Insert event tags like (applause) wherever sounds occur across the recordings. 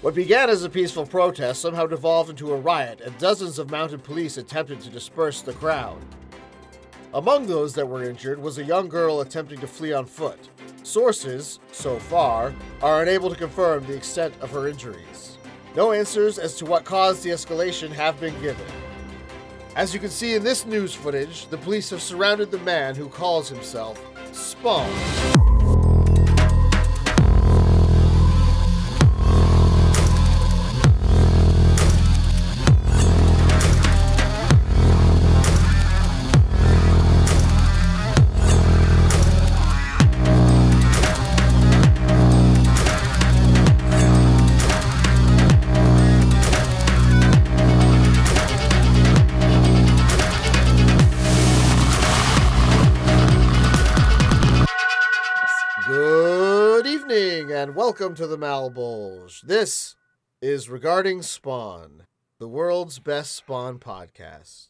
What began as a peaceful protest somehow devolved into a riot, and dozens of mounted police attempted to disperse the crowd. Among those that were injured was a young girl attempting to flee on foot. Sources, so far, are unable to confirm the extent of her injuries. No answers as to what caused the escalation have been given. As you can see in this news footage, the police have surrounded the man who calls himself Spawn. Good evening and welcome to the Malbolge. This is Regarding Spawn, the world's best Spawn podcast.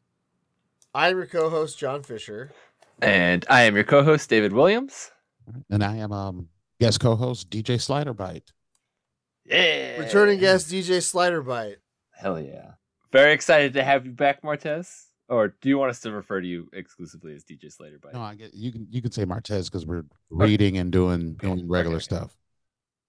I'm your co host, John Fisher. And I am your co host, David Williams. And I am um guest co-host DJ Sliderbite. Yeah. Returning guest, DJ Sliderbite. Hell yeah. Very excited to have you back, Martez. Or do you want us to refer to you exclusively as DJ Slater? By No, I get you can you can say Martez because we're reading and doing doing regular okay. stuff.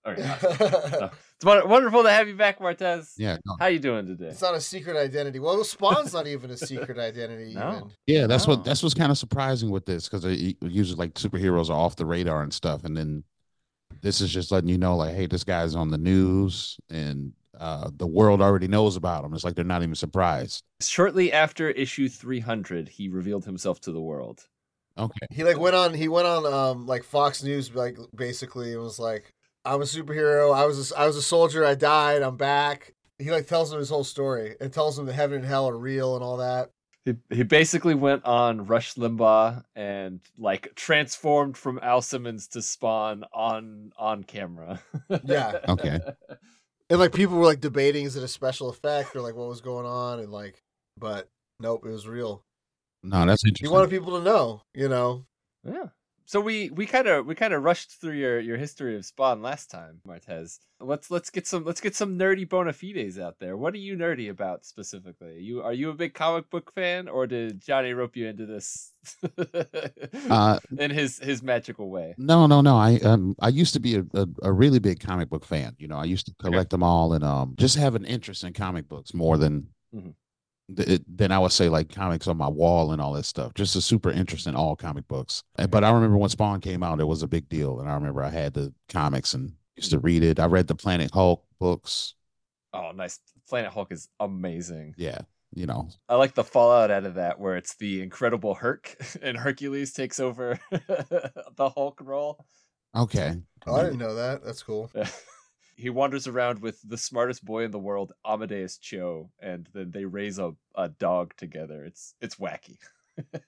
All right. awesome. it's it's won- wonderful to have you back, Martez. Yeah, no. How you doing today? not a secret identity. Well, Spawn's not even a secret identity, No. even. yeah. That's Oh. what that's what's kind of surprising with this because usually like superheroes are off the radar and stuff, and then this is just letting you know like, hey, this guy's on the news and uh the world already knows about him. It's like they're not even surprised. Shortly after issue 300, he revealed himself to the world. Okay, He like went on. He went on um like Fox News like basically and was like, "I'm a superhero. I was a, I was a soldier. I died. I'm back." He like tells him his whole story and tells him that heaven and hell are real and all that. He, he basically went on Rush Limbaugh and like transformed from Al Simmons to Spawn on on camera. (laughs) Yeah. Okay. And like people were like debating is it a special effect or like what was going on and like, but nope, it was real. no, that's He interesting. wanted people to know, you know. Yeah. So we we kind of we kind of rushed through your your history of Spawn last time, Martez. Let's let's get some let's get some nerdy bona fides out there. What are you nerdy about specifically? you are you a big comic book fan, or did Johnny rope you into this (laughs) uh, in his his magical way? No, no, no. I um I used to be a, a, a really big comic book fan. You know, I used to collect them all and um just have an interest in comic books more than Mhm. th- it- than I would say like comics on my wall and all that stuff. Just a super interest in all comic books. And- But I remember when Spawn came out, it was a big deal, and I remember I had the comics and used to read it. I read the Planet Hulk books. Oh, nice. Planet Hulk is amazing. Yeah, you know, I like the fallout out of that, where it's the Incredible Herc (laughs) and Hercules takes over (laughs) the Hulk role. okay. Oh, I didn't know that. That's cool. (laughs) he wanders around with the smartest boy in the world, Amadeus Cho, and then they raise a, a dog together. It's it's wacky.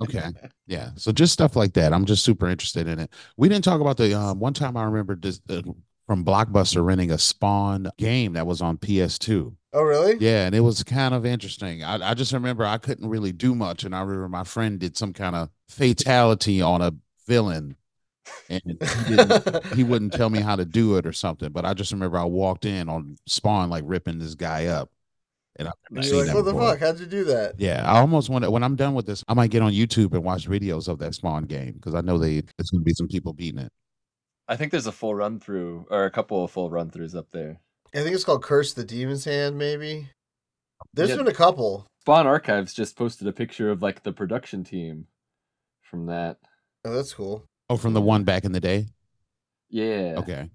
Okay. Yeah. So just stuff like that. I'm just super interested in it. We didn't talk about the um, one time I remember this, uh, from Blockbuster renting a Spawn game that was on PS2. Oh, really? Yeah, and it was kind of interesting. I, I just remember I couldn't really do much, and I remember my friend did some kind of fatality on a villain, and (laughs) he, didn't, he wouldn't tell me how to do it or something. But I just remember I walked in on Spawn like ripping this guy up, and I've never Nice. seen You're like, that what the before." fuck? How'd you do that? Yeah, I almost want to. When I'm done with this, I might get on YouTube and watch videos of that Spawn game because I know they there's gonna be some people beating it. (laughs) I think there's a full run through or a couple of full run throughs up there. I think it's called Curse the Demon's Hand, maybe. There's Yeah. been a couple Spawn Archives just posted a picture of like the production team from that. Oh, that's cool. Oh, from the one back in the day. Yeah. Okay,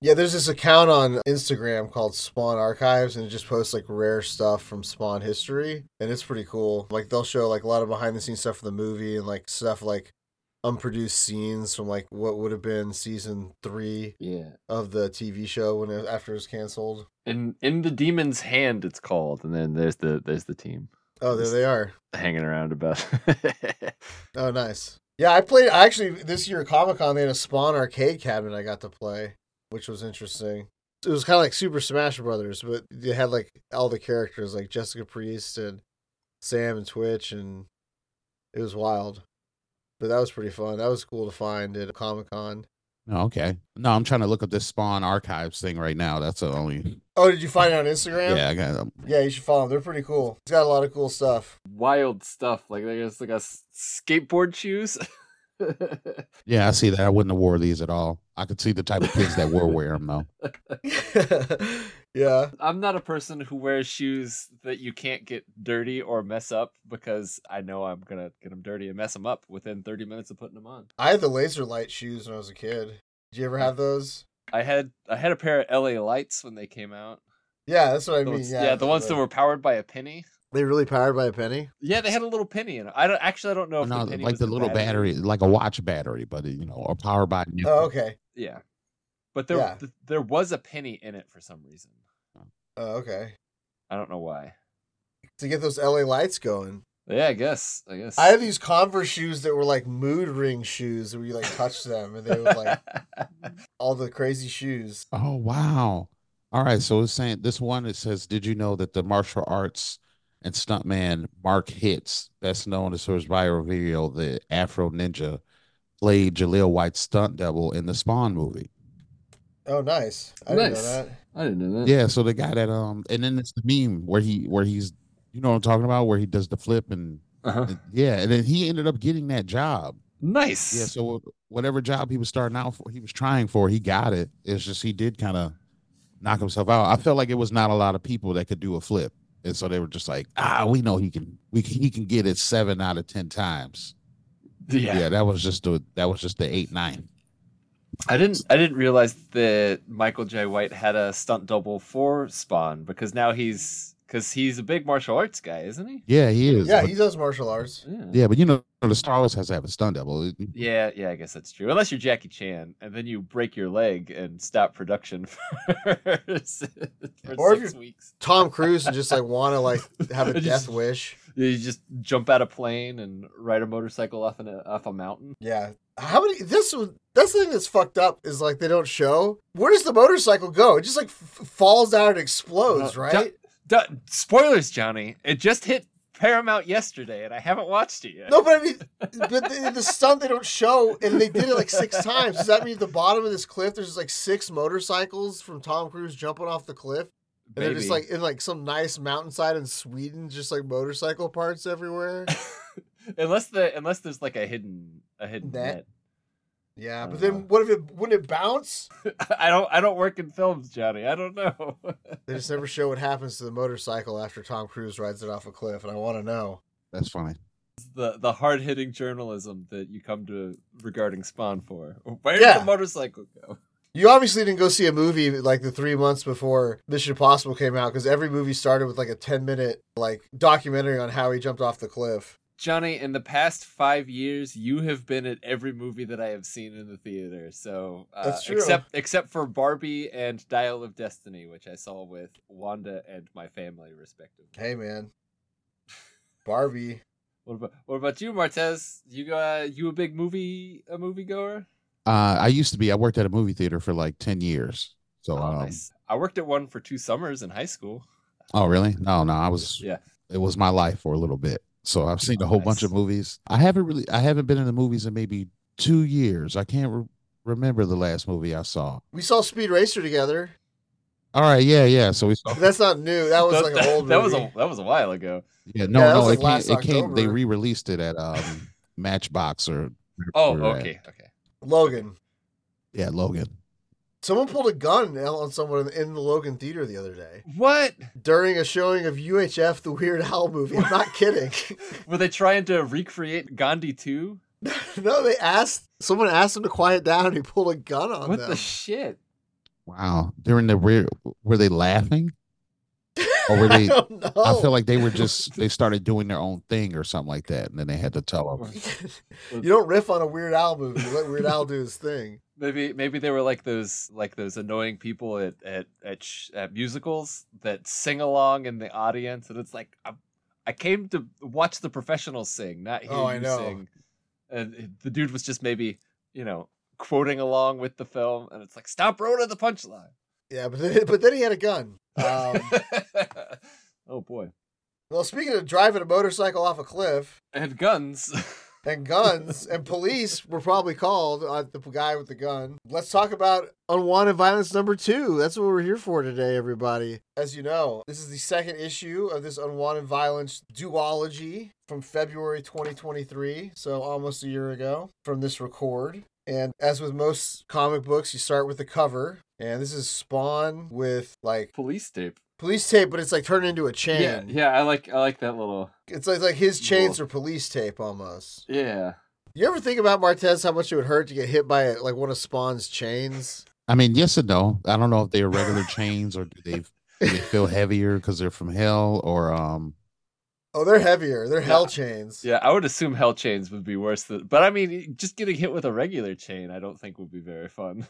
Yeah, there's this account on Instagram called Spawn Archives, and it just posts like rare stuff from Spawn history, and it's pretty cool. Like they'll show like a lot of behind the scenes stuff from the movie, and like stuff like unproduced scenes from like what would have been season three Yeah. of the TV show when it, after it was canceled. In in the demon's hand, it's called, and then there's the there's the team Oh, there they are. hanging around about. (laughs) Oh, nice. Yeah, I played I actually this year at Comic Con. They had a Spawn arcade cabinet I got to play, which was interesting. It was kind of like Super Smash Brothers, but they had like all the characters like Jessica Priest and Sam and Twitch, and it was wild. But that was pretty fun. That was cool to find at Comic Con. No, okay. No, I'm trying to look up this Spawn archives thing right now. That's the only. Oh, did you find it on Instagram? Yeah, I got. Um, Yeah, you should follow him. They're pretty cool. He's got a lot of cool stuff. (laughs) Wild stuff. Like they just like a s- skateboard shoes. (laughs) yeah, I see that. I wouldn't have wore these at all. I could see the type of kids that were wearing them though. yeah. I'm not a person who wears shoes that you can't get dirty or mess up because I know I'm gonna get them dirty and mess them up within 30 minutes of putting them on. I had the laser light shoes when I was a kid. Did you ever have those? I had I had a pair of LA lights when they came out. Yeah, that's what I The mean. ones- yeah, the ones that were powered by a penny. They really powered by a penny? Yeah, they had a little penny in it. I don't actually I don't know Oh, if No, the penny like was the little battery. like a watch battery, but you know, or powered by. Oh, okay. Yeah. But there Yeah. th- there was a penny in it for some reason. Oh, okay. I don't know why. To get those LA lights going. Yeah, I guess. I guess. I had these Converse shoes that were like mood ring shoes where you like (laughs) touched them and they would like all the crazy shoes. Oh wow! All right, so it's saying this one. It says, "Did you know that the martial arts and stuntman Mark Hitz, best known as his viral video, the Afro Ninja, played Jaleel White's stunt double in the Spawn movie?" Oh, nice. I didn't know Nice. that. (laughs) I didn't know that. Yeah, so the guy that um, and then it's the meme where he where he's, you know what I'm talking about, where he does the flip and Uh-huh. yeah, and then he ended up getting that job. (laughs) Nice. Yeah, so whatever job he was starting out for, he was trying for, he got it. It's just he did kind of knock himself out. I felt like it was not a lot of people that could do a flip, and so they were just like, ah, we know he can, we can, he can get it seven out of ten times. Yeah, yeah. that was just the that was just the eight nine. I didn't I didn't realize that Michael J. White had a stunt double for Spawn because now he's because he's a big martial arts guy, isn't he? Yeah, he is. Yeah, but, he does martial arts. Yeah. yeah, but you know the Star Wars has to have a stunt double. It- Yeah, yeah, I guess that's true. Unless you're Jackie Chan, and then you break your leg and stop production (laughs) for, s- for Or if 6 you're- weeks. Tom Cruise and just like want to like have (laughs) a Just- death wish. You just jump out a plane and ride a motorcycle off an, off a mountain. Yeah. How many? This was that's the thing that's fucked up is like they don't show where does the motorcycle go? It just like f- falls down and explodes, Uh, right? Duh, spoilers, Johnny. It just hit Paramount yesterday, and I haven't watched it yet. No, but I mean, but the, the stunt they don't show, and they did it like six times. Does that mean at the bottom of this cliff there's like six motorcycles from Tom Cruise jumping off the cliff? And they're just Maybe. like in like some nice mountainside in Sweden, just like motorcycle parts everywhere. unless the unless there's like a hidden a hidden Net. net. Yeah, but Uh. then what if it wouldn't it bounce? (laughs) I don't I don't work in films, Johnny. I don't know. (laughs) They just never show what happens to the motorcycle after Tom Cruise rides it off a cliff, and I want to know. That's funny. the the hard hitting journalism that you come to regarding Spawn for. Where did Yeah. the motorcycle go? You obviously didn't go see a movie like the three months before Mission Impossible came out because every movie started with like a ten minute like documentary on how he jumped off the cliff. Johnny, in the past five years, you have been at every movie that I have seen in the theater. So uh, That's true. except except for Barbie and Dial of Destiny, which I saw with Wanda and my family, respectively. Hey man, Barbie. What about what about you, Martez? You uh, you a big movie a movie goer? Uh, I used to be. I worked at a movie theater for like ten years. So, Oh, um, Oh, I worked at one for two summers in high school. oh really? No, no, I was Yeah. it was my life for a little bit. So I've seen a whole bunch Nice. of movies. I haven't really, I haven't been in the movies in maybe two years. I can't re- remember the last movie I saw. We saw Speed Racer together. All right, yeah, yeah. So we saw. That's not new. That was like an old. Oh. that movie. was a that was a while ago. Yeah, no, Yeah, that was no, like it last came, it came. They October. re-released it at um (laughs) Matchbox or. Oh, or, uh, okay, okay. Logan. Yeah, Logan. Someone pulled a gun on someone in the Logan theater the other day (laughs) What during a showing of UHF, the Weird Al movie. I'm not kidding. (laughs) (laughs) were they trying to recreate Gandhi too? no, they asked someone asked him to quiet down, and he pulled a gun on What them. the shit? Wow, during the rear, were they laughing? Or Oh, were (laughs) I they? don't know. I feel like they (laughs) were just. They started doing their own thing or something like that, and then they had to tell them. you don't riff on a Weird Al movie. You let Weird Al do his thing. Maybe maybe they were like those like those annoying people at at at, sh- at musicals that sing along in the audience, and it's like I, I came to watch the professionals sing, not hear Oh, I you know. sing. And the dude was just maybe you know quoting along with the film, and it's like stop rolling the punchline. Yeah, but then, but then he had a gun. (laughs) Um, (laughs) oh boy, well, speaking of driving a motorcycle off a cliff, and guns. (laughs) and guns and police were probably called. Uh, the guy with the gun. Let's talk about unwanted violence number two. That's what we're here for today, everybody. As you know, this is the second issue of this unwanted violence duology from February 2023, so almost a year ago from this record. And as with most comic books, you start with the cover, and this is Spawn with like Police tape. police tape, but it's like turned into a chain. Yeah, yeah. I like I like that little. It's like, like his chains are police tape almost. Yeah. You ever think about Martez how much it would hurt to get hit by like one of Spawn's chains? I mean, yes and no. I don't know if they are regular chains or do they, do they feel heavier because they're from hell or um. Oh, they're heavier. They're hell Yeah. chains. Yeah, I would assume hell chains would be worse than, but I mean, just getting hit with a regular chain, I don't think would be very fun.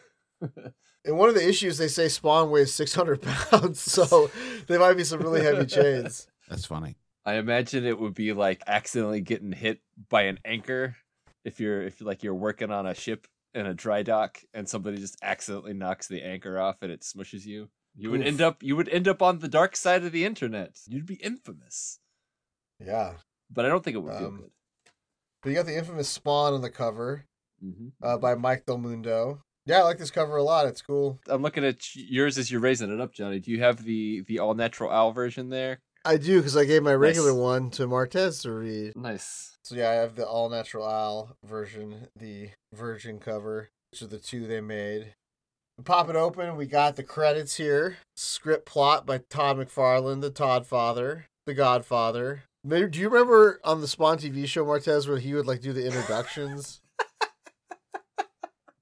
(laughs) In one of the issues, they say Spawn weighs 600 (laughs) pounds, so there might be some really heavy chains. That's funny. I imagine it would be like accidentally getting hit by an anchor if you're if like you're working on a ship in a dry dock and somebody just accidentally knocks the anchor off and it smushes you. You would Oof. end up you would end up on the dark side of the internet. You'd be infamous. Yeah. But I don't think it would feel Um, good. But you got the infamous Spawn on the cover hmm uh, by Mike Del Mundo. Yeah, I like this cover a lot. It's cool. I'm looking at y- yours as you're raising it up, Johnny. Do you have the the all natural owl version there? I do because I gave my regular Nice. one to Martez to read. Nice. So yeah, I have the all natural owl version, the virgin cover, which are the two they made. Pop it open, we got the credits here. Script plot by Todd McFarlane, the Todd Father, the Godfather. Maybe, do you remember on the Spawn TV show Martez where he would like do the introductions?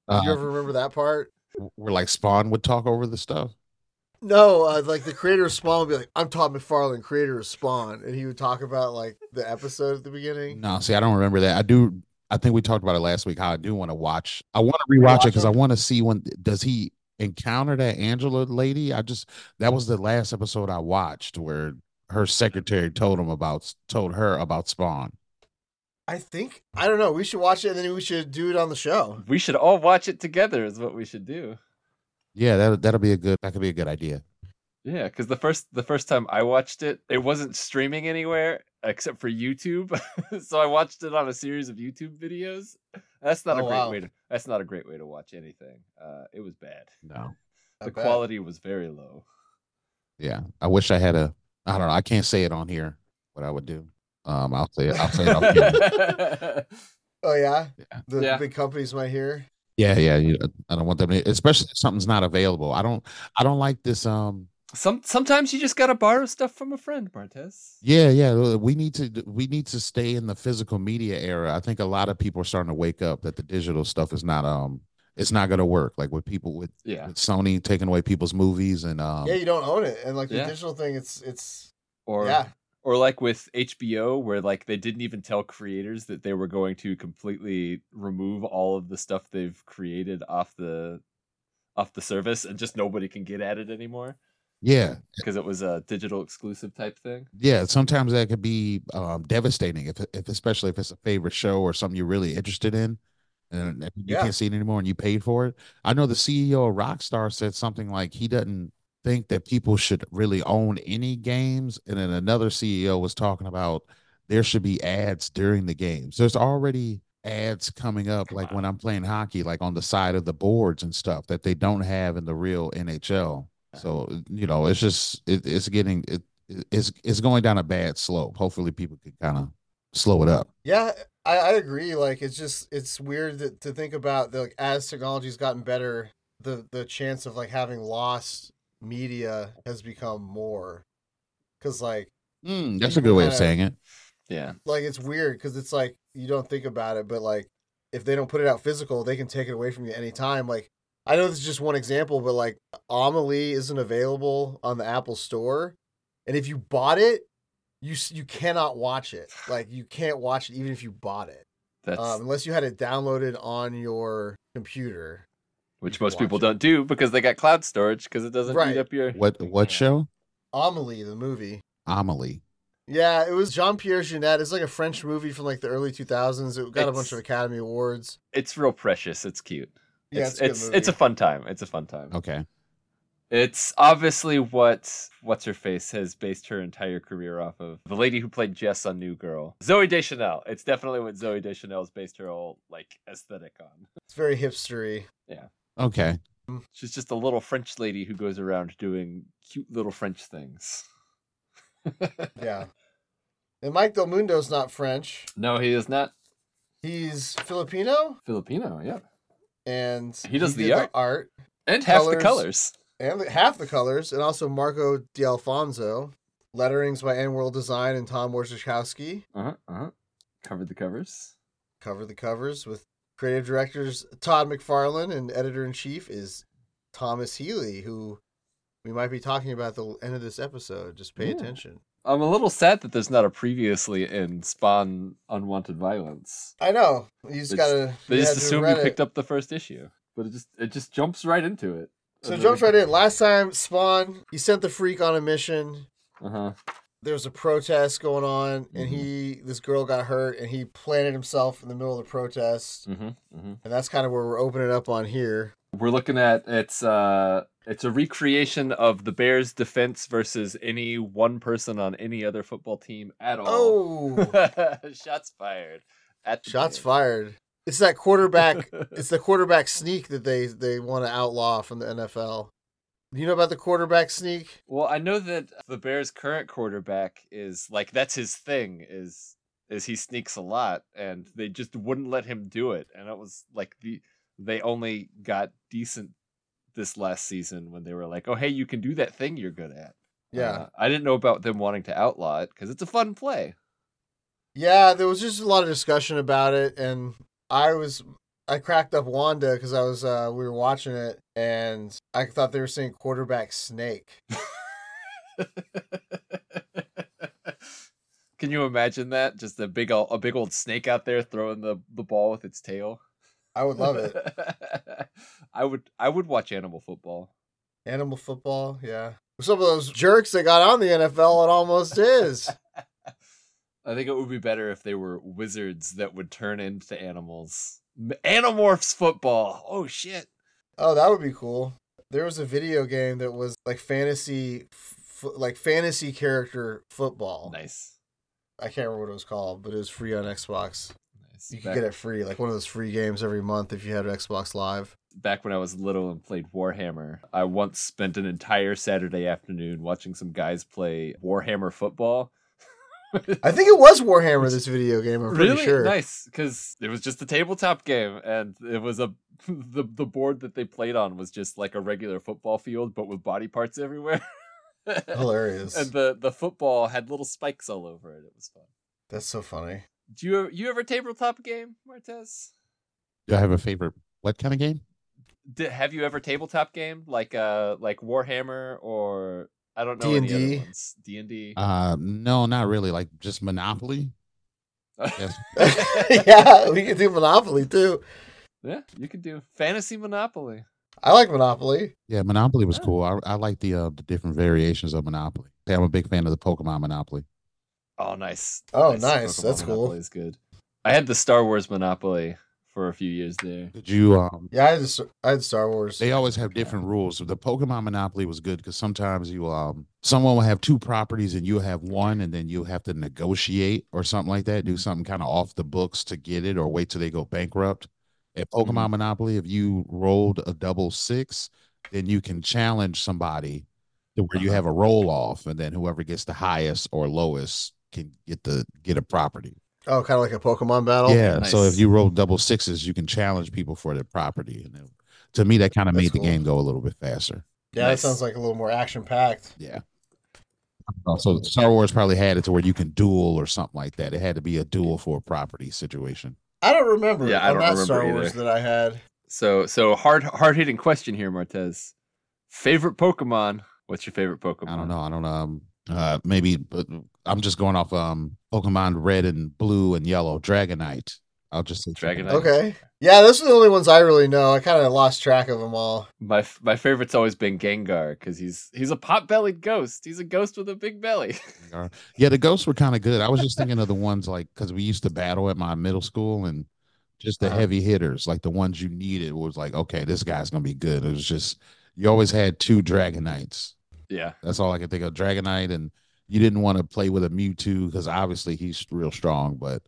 do you Uh, ever remember that part? we're like Spawn would talk over the stuff. No, uh, like the creator of Spawn would be like, "I'm Todd McFarlane, creator of Spawn," and he would talk about like the episode at the beginning. No, see, I don't remember that. I do. I think we talked about it last week. How I do want to watch. I want to rewatch it because I want to see when does he encounter that Angela lady. I just that was the last episode I watched where her secretary told him about told her about Spawn. I think I don't know. We should watch it, and then we should do it on the show. We should all watch it together. Is what we should do. Yeah, that that'll be a good. That could be a good idea. Yeah, because the first the first time I watched it, it wasn't streaming anywhere except for YouTube. (laughs) so I watched it on a series of YouTube videos. That's not a Oh, great wow. way to that's not a great way to watch anything. Uh, it was bad. No. I The bet. quality was very low. Yeah, I wish I had a. I don't know. I can't say it on here. What I would do. Um, I'll say it. I'll say it. (laughs) Off camera. Oh yeah, Yeah. the Yeah. big companies might hear. yeah, yeah. You, I don't want them. To, especially if something's not available. I don't. I don't like this. Um. (laughs) Some sometimes you just gotta borrow stuff from a friend, Martez. Yeah, yeah. uh, We need to d- we need to stay in the physical media era. I think a lot of people are starting to wake up that the digital stuff is not um it's not gonna work. Like with people with, Yeah. with Sony taking away people's movies and um yeah, you don't own it, and like the yeah. digital thing, it's it's Or yeah, or like with HBO, where like they didn't even tell creators that they were going to completely remove all of the stuff they've created off the off the service, and just nobody can get at it anymore yeah, because it was a digital exclusive type thing. yeah. Sometimes that could be um devastating if if especially if it's a favorite show or something you're really interested in and if you Yeah. can't see it anymore and you paid for it. I know the CEO of Rockstar said something like he doesn't think that people should really own any games. And then another CEO was talking about there should be ads during the games. There's already ads coming up, like when I'm playing hockey, like on the side of the boards and stuff that they don't have in the real NHL. So you know, it's just it, it's getting it, it's it's going down a bad slope. Hopefully, people can kind of slow it up. yeah. I, I agree. Like it's just it's weird that, to think about that. Like as technology's gotten better, the the chance of like having lost media has become more. Cause like Hmm, Mm, that's a good way of Yeah. saying it. Yeah, like it's weird because it's like you don't think about it, but like if they don't put it out physical, they can take it away from you anytime. Like I know this is just one example, but like Amelie isn't available on the Apple Store, and if you bought it, you s- you cannot watch it. Like you can't watch it even if you bought it, that's um, unless you had it downloaded on your computer. which can most people watch it. don't do because they got cloud storage because it doesn't Right. eat up your What what show? Amelie, the movie. Amelie. Yeah, it was Jean Pierre Jeunet. It's like a French movie from like the early 2000s. It got a bunch It's- of Academy Awards. It's real precious. It's cute. Yeah, it's it's a good it's, movie. it's a fun time. It's a fun time. Okay. It's obviously what what's her face has based her entire career off of. The lady who played Jess on New Girl, Zoe Deschanel. It's definitely what Zoe Deschanel's based her whole like aesthetic on. (laughs) It's very hipstery. Okay. She's just a little French lady who goes around doing cute little French things. (laughs) Yeah. And Mike Del Mundo's not French. No, he is not He's Filipino, Filipino. Yeah, and He does the did art. art and half the Colors. colors. and the- half the colors, and also Marco D'Alfonso. Letterings by N World Design and Tom Wojciechowski. Uh huh. Uh huh. Covered the covers. Cover the covers with creative directors Todd McFarlane and editor in chief is Thomas Healy, who we might be talking about at the end of this episode. Just pay Yeah. attention. I'm a little sad that there's not a previously in Spawn Unwanted Violence. I know you just It's- gotta. They just assume you picked up the first issue, but it just it just jumps right into it. So jumps right in. Last time, Spawn, he sent the freak on a mission. Uh huh. there was a protest going on and Mhm. he this girl got hurt and he planted himself in the middle of the protest hmm hmm and that's kind of where we're opening up on here We're looking at it's uh it's a recreation of the Bears' defense versus any one person on any other football team at all. (laughs) oh (laughs) shots fired. At the shots Bears. fired it's that quarterback (laughs) it's the quarterback sneak that they they want to outlaw from the nfl you know about the quarterback sneak Well, I know that the Bears' current quarterback is like that's his thing is is he sneaks a lot, and they just wouldn't let him do it. And it was like the they only got decent this last season when they were like, oh hey, you can do that thing you're good at. yeah Uh, I didn't know about them wanting to outlaw it because it's a fun play. yeah there was just a lot of discussion about it and i was i cracked up wanda because i was uh we were watching it and i thought they were saying quarterback snake Can you imagine that? Just a big old, a big old snake out there throwing the, the ball with its tail. i would love it (laughs) I would I would watch animal football. Animal football, yeah. Some of those jerks that got on the NFL, it almost (laughs) is. I think it would be better if they were wizards that would turn into animals. M- Animorphs football. Oh shit. oh, that would be cool. There was a video game that was like fantasy, f- like fantasy character football. Nice. I can't remember what it was called, but it was free on Xbox. Nice. You could Back, get it free, like one of those free games every month if you had Xbox Live. back when I was little and played Warhammer, I once spent an entire Saturday afternoon watching some guys play Warhammer football. I think it was Warhammer. This video game, I'm pretty really sure. nice because it was just a tabletop game and it was a (laughs) the, the board that they played on was just like a regular football field but with body parts everywhere and (laughs) Hilarious. the the football had little spikes all over it it was fun That's so (laughs) funny. (laughs) do you you ever tabletop game martez Do I have a favorite? What kind of game? Did, have you ever tabletop game like uh like warhammer or i don't know any D&D? other ones d&d Uh, no, not really. Like just Monopoly. (laughs) Yes. Uh, (laughs) yeah, we could do Monopoly too. yeah you could do fantasy monopoly I like Monopoly. Yeah, Monopoly was Oh. cool. I, I like the uh, the different variations of Monopoly. Yeah, I'm a big fan of the Pokemon Monopoly. Oh, nice. Oh, nice. That's cool. Monopoly is good. I had the Star Wars Monopoly for a few years there. Did you? Um, Yeah, I just I had Star Wars. they always have different rules. The Pokemon Monopoly was good because sometimes you um someone will have two properties and you have one, and then you have to negotiate or something like that. Do something kind of off the books to get it, or wait till they go bankrupt. At Pokemon Monopoly, if you rolled a double six, then you can challenge somebody to where you Uh-huh. have a roll off, and then whoever gets the highest or lowest can get the get a property. Oh, kind of like a Pokemon battle. Yeah. So if Nice. you roll double sixes, you can challenge people for their property. And it, to me, that kind of That's made cool. the game go a little bit faster. Yeah, Nice. that sounds like a little more action packed. Yeah. Also, Star Wars probably had it to where you can duel or something like that. It had to be a duel for a property situation. I don't remember. Yeah, I on don't that remember Star either. Wars that I had. So, so hard, hard hitting question here, Martez. Favorite Pokemon? What's your favorite Pokemon? I don't know. I don't um uh maybe but I'm just going off um Pokemon red and blue and yellow, Dragonite. I'll just say Dragonite. Okay. Yeah, those are the only ones I really know. I kind of lost track of them all. My f- my favorite's always been Gengar because he's he's a pot bellied ghost. He's a ghost with a big belly. (laughs) Or- Uh, Yeah, the ghosts were kind of good. I was just thinking of the ones like because we used to battle at my middle school and just the Uh-huh. heavy hitters, like the ones you needed was like, okay, this guy's gonna be good. It was just you always had two Dragonites. Yeah. That's all I can think of. Dragonite, and you didn't want to play with a Mewtwo because obviously he's real strong. But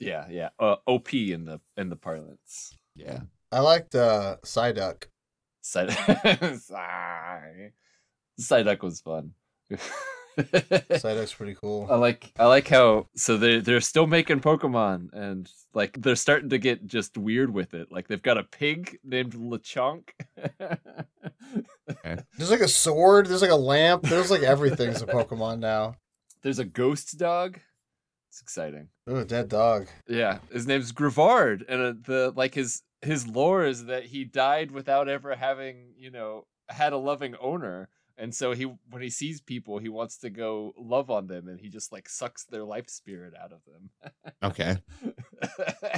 Yeah. Yeah. Uh, OP in the in the parlance. yeah, I liked uh, (laughs) Psyduck. Side Sorry. Psyduck was fun. (laughs) Psyduck's pretty cool. I like I like how so they they're still making Pokemon and like they're starting to get just weird with it. Like they've got a pig named LeChonk. (laughs) There's like a sword. There's like a lamp. There's like everything's a Pokemon now. There's a ghost dog. It's exciting. Ooh, a dead dog. Yeah, his name's Grivard, and uh, the like his his lore is that he died without ever having you know had a loving owner, and so he when he sees people he wants to go love on them, and he just like sucks their life spirit out of okay. them. (laughs)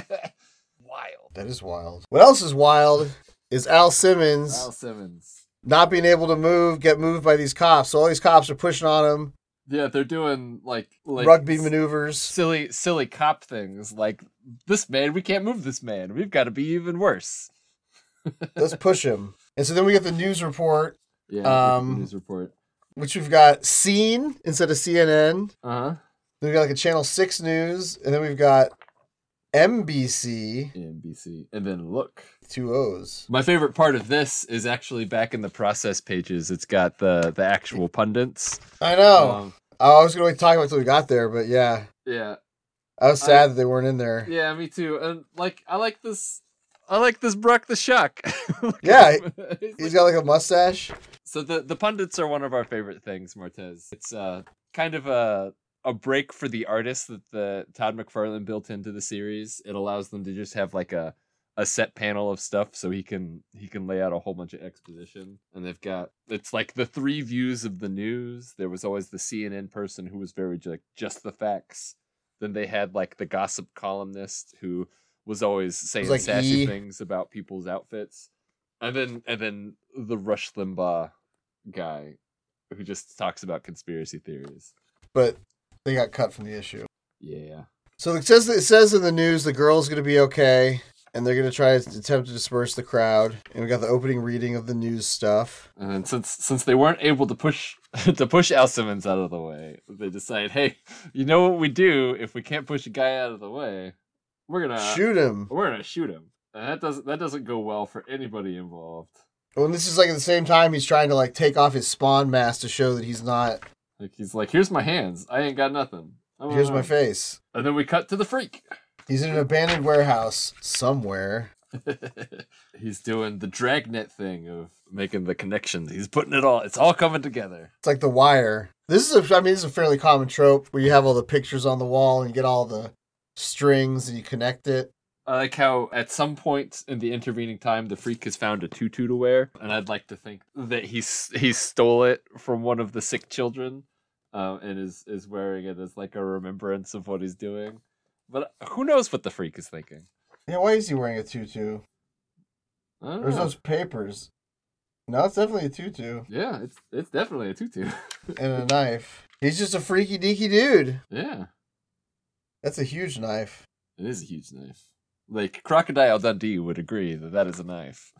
Wild. That is wild. What else is wild is Al Simmons Al Simmons. not being able to move, get moved by these cops. So all these cops are pushing on him, Yeah, they're doing like like rugby s- (laughs) maneuvers. silly silly cop things like this man we can't move this man we've got to be even worse. Let's push him. And so then we get the news report, Yeah. look at the Um, news report. which we've got seen instead of CNN. Uh huh. Then we've got like a Channel 6 news. And then we've got NBC, NBC, and then look. two O's. My favorite part of this is actually back in the process pages. It's got the the actual pundits. I know. Um, I was going to talk about it until we got there, but yeah. yeah, I was sad that they weren't in there. yeah, me too. And like, I like this. I like this Brock the Shock. (laughs) Look at Yeah, him. He's He's like- got like a mustache. (laughs) so the the pundits are one of our favorite things, Martez. It's uh kind of a a break for the artists that the Todd McFarlane built into the series. It allows them to just have like a a set panel of stuff so he can he can lay out a whole bunch of exposition and they've got it's like the three views of the news there was always the cnn person who was very like just the facts then they had like the gossip columnist who was always saying like, sassy "Ee." things about people's outfits and then and then the rush limbaugh guy who just talks about conspiracy theories but they got cut from the issue. yeah So it says it says in the news the girl's going to be okay, and they're going to try to attempt to disperse the crowd. And we got the opening reading of the news stuff. And then since since they weren't able to push (laughs) to push Al Simmons out of the way, they decide, hey, you know what we do if we can't push a guy out of the way, we're gonna Shoot him. we're gonna shoot him. And that doesn't that doesn't go well for anybody involved. Well, and this is like at the same time he's trying to like take off his spawn mask to show that he's not. Like he's like, here's my hands, I ain't got nothing. I'm Here's my alone." face. And then we cut to the freak. (laughs) He's in an abandoned warehouse somewhere. he's doing the dragnet thing of making the connections. He's putting it all. It's all coming together. It's like the wire. This is a I mean this is a fairly common trope where you have all the pictures on the wall and you get all the strings and you connect it. I like how at some point in the intervening time, the freak has found a tutu to wear, and I'd like to think that he's he stole it from one of the sick children, um, and is is wearing it as like a remembrance of what he's doing. But who knows what the freak is thinking? Yeah, why is he wearing a tutu? I don't There's know. those papers. No, it's definitely a tutu Yeah, it's it's definitely a tutu. (laughs) and a knife. He's just a freaky deaky dude. yeah, That's a huge knife. it is a huge knife. Like Crocodile Dundee would agree that that is a knife.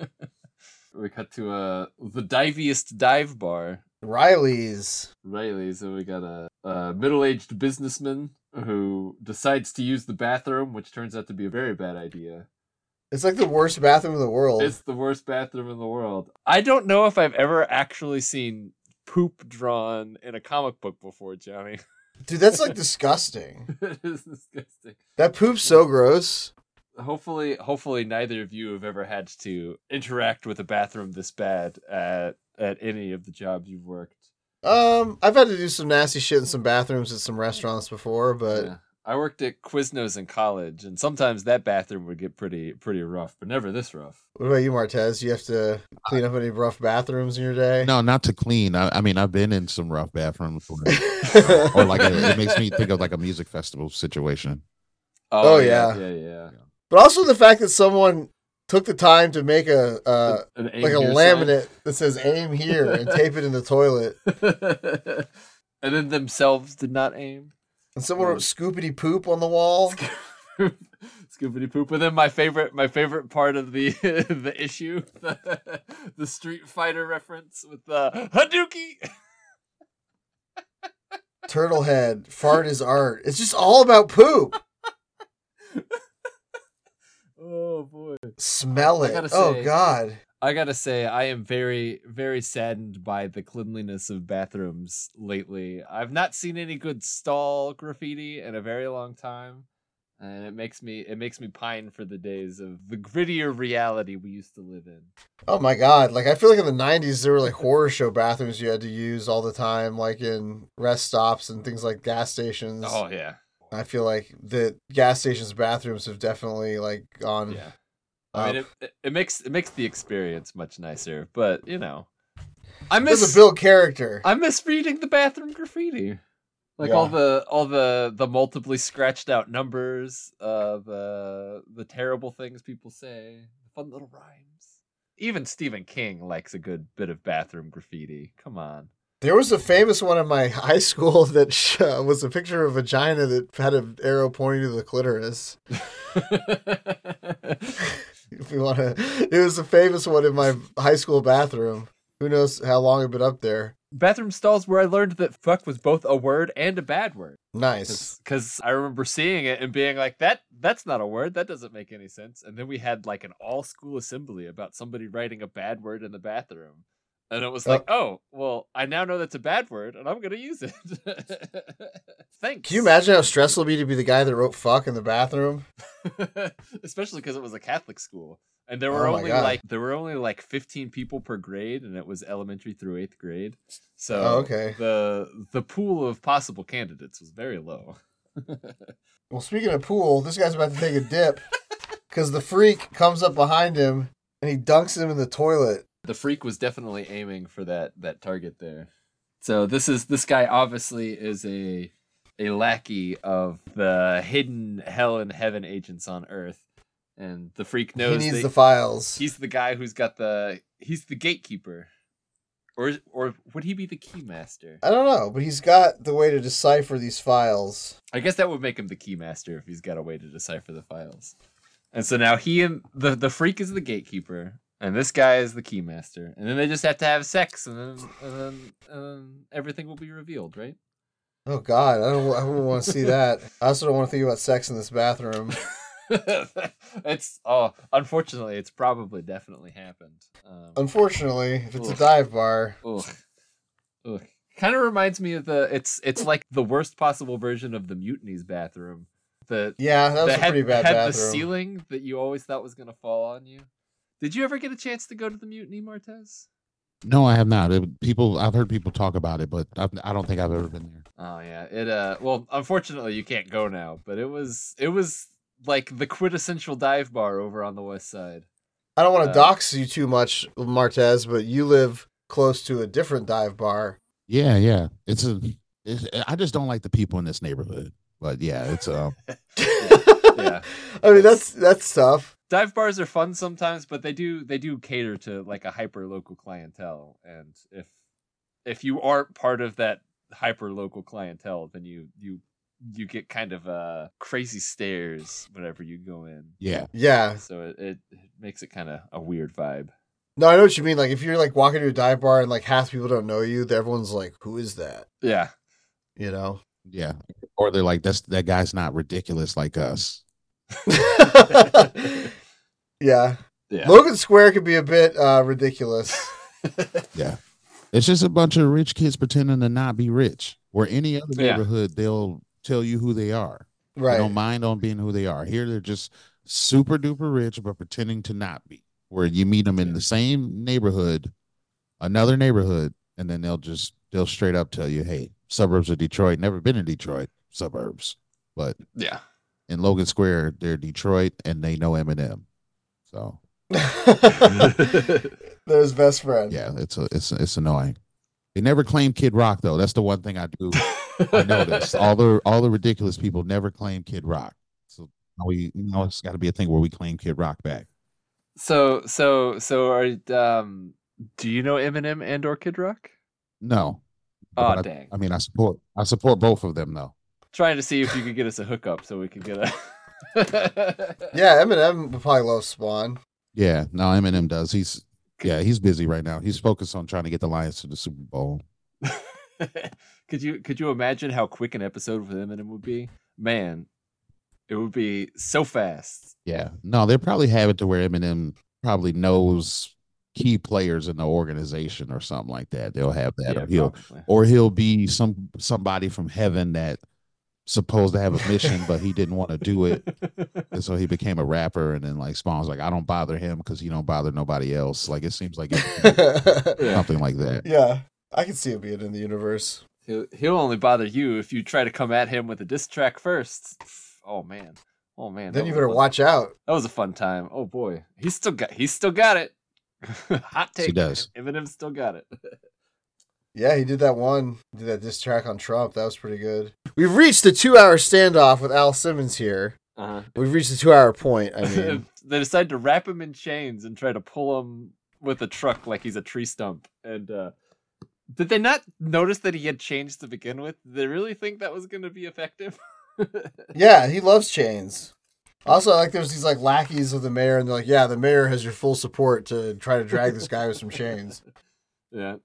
(laughs) we cut to uh, the diviest dive bar, Riley's. Riley. So we got a, a middle-aged businessman who decides to use the bathroom, which turns out to be a very bad idea. It's like the worst bathroom in the world. It's the worst bathroom in the world. I don't know if I've ever actually seen poop drawn in a comic book before, Johnny. Dude, that's like (laughs) disgusting. (laughs) it is disgusting. That poop's so gross. Hopefully, hopefully neither of you have ever had to interact with a bathroom this bad at at any of the jobs you've worked. Um, I've had to do some nasty shit in some bathrooms at some restaurants before, but Yeah. I worked at Quiznos in college, and sometimes that bathroom would get pretty pretty rough, but never this rough. what about you, Martez? You have to clean up any rough bathrooms in your day? (laughs) No, not to clean. I, I mean, I've been in some rough bathrooms, before. or like it, it makes me think of like a music festival situation. Oh, yeah. yeah, yeah. but also the fact that someone took the time to make a uh, An aim like a here laminate that says "aim here" (laughs) and tape it in the toilet. sign. (laughs) and then themselves did not aim. (laughs) And someone Mm. wrote scoopity poop on the wall. poop, scoopity poop. But then my favorite, my favorite part of the (laughs) the issue, (laughs) the, the Street Fighter reference with the Hadouken. Turtle head, fart is art. It's just all about poop. (laughs) Oh boy! Smell I it. gotta oh say- God. I gotta say, I am very, very saddened by the cleanliness of bathrooms lately. I've not seen any good stall graffiti in a very long time, and it makes me, it makes me pine for the days of the grittier reality we used to live in. Oh my god! Like I feel like in the '90s there were like horror show bathrooms you had to use all the time, like in rest stops and things like gas stations. Oh yeah, I feel like the gas stations bathrooms have definitely like gone. yeah. I mean, up. it, it makes it makes the experience much nicer, but you know, I There's miss a built character. I miss reading the bathroom graffiti, like all Yeah. the all the the multiply scratched out numbers, uh, the the terrible things people say, the fun little rhymes. Even Stephen King likes a good bit of bathroom graffiti. Come on, There was a famous one in my (laughs) high school that sh- uh, was a picture of a vagina that had an arrow pointing to the clitoris. If you want to, it was a famous one in my high school bathroom. Who knows how long it'd been up there? bathroom stalls where I learned that "fuck" was both a word and a bad word. Nice. because I remember seeing it and being like, "That that's not a word. That doesn't make any sense." And then we had like an all school assembly about somebody writing a bad word in the bathroom, and it was Oh. like, "Oh, well, I now know that's a bad word, and I'm gonna use it." (laughs) Thanks. Can you imagine how stressful it'd be to be the guy that wrote "fuck" in the bathroom? (laughs) Especially because it was a Catholic school, and there were Oh my only God. like there were only like 15 people per grade, and it was elementary through eighth grade. So Oh, okay. the the pool of possible candidates was very low. Well, speaking of pool, this guy's about to take a (laughs) dip because the freak comes up behind him and he dunks him in the toilet. the freak was definitely aiming for that that target there. So this is this guy obviously is a a lackey of the hidden hell and heaven agents on Earth, and the freak he knows needs that the files. he's the guy who's got the he's the gatekeeper, or is- or would he be the keymaster? I don't know, but he's got the way to decipher these files. I guess that would make him the keymaster if he's got a way to decipher the files. And so now he and the the freak is the gatekeeper, and this guy is the keymaster, and then they just have to have sex, and then and then, and then everything will be revealed, right? (laughs) Oh God, I don't. I wouldn't want to see that. I also don't want to think about sex in this (laughs) bathroom. it's oh, unfortunately, it's probably definitely happened. Um, Unfortunately, if it's a Ugh. dive bar, ugh, ugh. Kind of reminds me of the it's it's like the worst possible version of the mutinies bathroom. The yeah, that was that a pretty bad had the bathroom. ceiling that you always thought was gonna fall on you. Did you ever get a chance to go to the mutiny, Martez? No, I have not. It- people, I've heard people talk about it, but I've, I don't think I've ever been there. Oh yeah, it uh. Well, unfortunately, you can't go now, but it was it was like the quintessential dive bar over on the west side. I don't want to Uh, dox you too much, Martez, but you live close to a different dive bar. Yeah, yeah. It's a. It's, I just don't like the people in this neighborhood. But yeah, it's um. yeah. (laughs) I mean that's that's tough. Dive bars are fun sometimes, but they do they do cater to like a hyper local clientele, and if if you aren't part of that hyper local clientele, then you you you get kind of uh crazy stares whenever you go in. Yeah, Yeah. so it, it it makes it kind of a weird vibe. No, I know what you mean. Like if you're like walking to a dive bar and like half the people don't know you, then everyone's like, "Who is that?" Yeah, You know. (laughs) yeah. Or they're like, that's that guy's not ridiculous like us. yeah. yeah. Logan Square could be a bit uh, (laughs) ridiculous. It's just a bunch of rich kids pretending to not be rich. Or any other Yeah. neighborhood, they'll tell you who they are. They Right. don't mind on being who they are. Here, they're just super duper rich, but pretending to not be. Where you meet them in the same neighborhood, another neighborhood, and then they'll just they'll straight up tell you, "Hey, suburbs of Detroit. Never been in Detroit suburbs, but (laughs) yeah, (laughs) in Logan Square, they're Detroit, and they know Eminem." So (laughs) They're his best friend. yeah, it's a, it's it's annoying. They never claim Kid Rock though. That's the one thing I do I (laughs) noticed all the all the ridiculous people never claim Kid Rock. So now we now it's got to be a thing where we claim Kid Rock back. So so so are um. Do you know Eminem and or Kid Rock? No. Oh But I, dang! I mean, I support I support both of them though. Trying to see if you could get us a hookup so we could get a (laughs) Yeah, Eminem would probably loves Spawn. Yeah, no, Eminem does. He's yeah, he's busy right now. He's focused on trying to get the Lions to the Super Bowl. could you could you imagine how quick an episode with Eminem would be? Man, it would be so fast. Yeah, no, they probably have it to where Eminem probably knows key players in the organization or something like that. They'll have that, or he'll probably. or he'll be some somebody from heaven that supposed to have a mission, but he didn't want to do it, (laughs) and so he became a rapper. And then like Spawn's like, I don't bother him because he don't bother nobody else. Like it seems like (laughs) it's Yeah. something like that. yeah, I can see it being in the universe. He'll, he'll only bother you if you try to come at him with a diss track first. Oh man. Oh man. Then that you was better fun. watch out. That was a fun time. Oh boy. He's still got he's still got it. (laughs) Hot He take. does. Eminem still got it. Yeah, he did that one. He did that diss track on Trump. That was pretty good. (laughs) We've reached the two-hour standoff with Al Simmons here. Uh-huh. We've reached the two-hour point. I mean, (laughs) they decide to wrap him in chains and try to pull him with a truck like he's a tree stump. And uh did they not notice that he had chains to begin with? Did they really think that was gonna be effective? (laughs) yeah, he loves chains. Also, like there's these like lackeys of the mayor, and they're like, "Yeah, the mayor has your full support to try to drag this guy with some (laughs) chains." Yeah.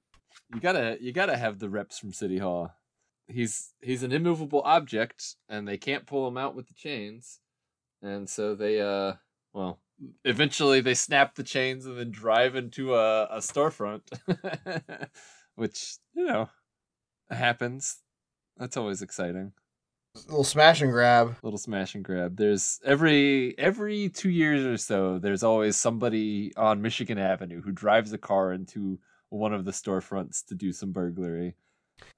You gotta you gotta have the reps from City Hall. He's he's an immovable object and they can't pull him out with the chains. And so they uh well eventually they snap the chains and then drive into a, a storefront. (laughs) Which, you know, happens. That's always exciting. little smash and grab. Little smash and grab. There's every every two years or so, there's always somebody on Michigan Avenue who drives a car into one of the storefronts to do some burglary.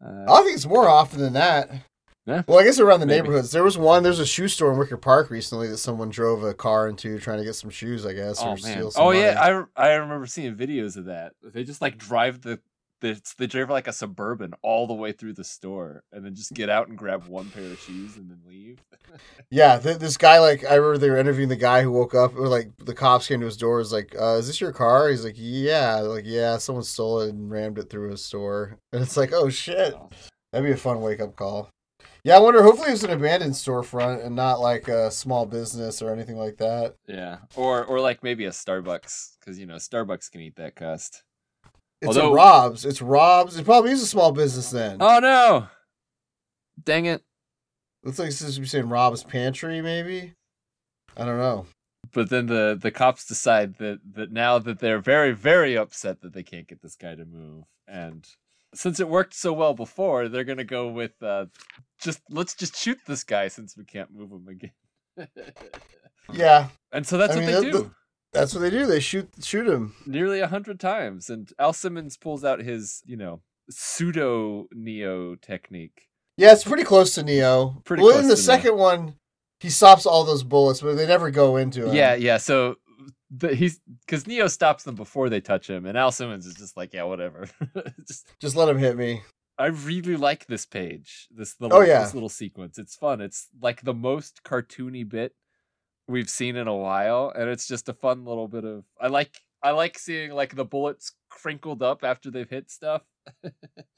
Uh, I think it's more often than that. Yeah. Well, I guess around the Maybe. neighborhoods. There was one. There's a shoe store in Wicker Park recently that someone drove a car into trying to get some shoes. I guess. oh or man! Steal some Oh yeah, money. I, re- I remember seeing videos of that. They just like drive the they, they drive like a suburban all the way through the store and then just get out and grab one pair of shoes and then leave. Yeah. Th- this guy, like, I remember they were interviewing the guy who woke up, or like the cops came to his door. Was like, uh, "Is this your car?" He's like, "Yeah." They're like, yeah, someone stole it and rammed it through a store. (laughs) And it's like, oh shit, that'd be a fun wake up call. Yeah, I wonder. Hopefully, it's an abandoned storefront and not like a small business or anything like that. Yeah, or or like maybe a Starbucks because you know Starbucks can eat that cost. It's Although- a Rob's. It's Rob's. It probably is a small business then. Oh no! Dang it! Looks like supposed to be saying Rob's Pantry, maybe. I don't know. But then the the cops decide that that now that they're very very upset that they can't get this guy to move, and since it worked so well before, they're gonna go with uh, just let's just shoot this guy since we can't move him again. Yeah, and so that's I what mean, they that- do. that's what they do. They shoot shoot him. nearly a hundred times, and Al Simmons pulls out his you know pseudo neo technique. Yeah, it's pretty close to Neo. Pretty well, close in the to Neo. second one, he stops all those bullets, but they never go into him. Yeah, yeah. So the, he's because Neo stops them before they touch him, and Al Simmons is just like, yeah, whatever. (laughs) just, just let him hit me. I really like this page. This the Oh, yeah. this little sequence. It's fun. It's like the most cartoony bit we've seen in a while, and it's just a fun little bit of. I like I like seeing like the bullets crinkled up after they've hit stuff, And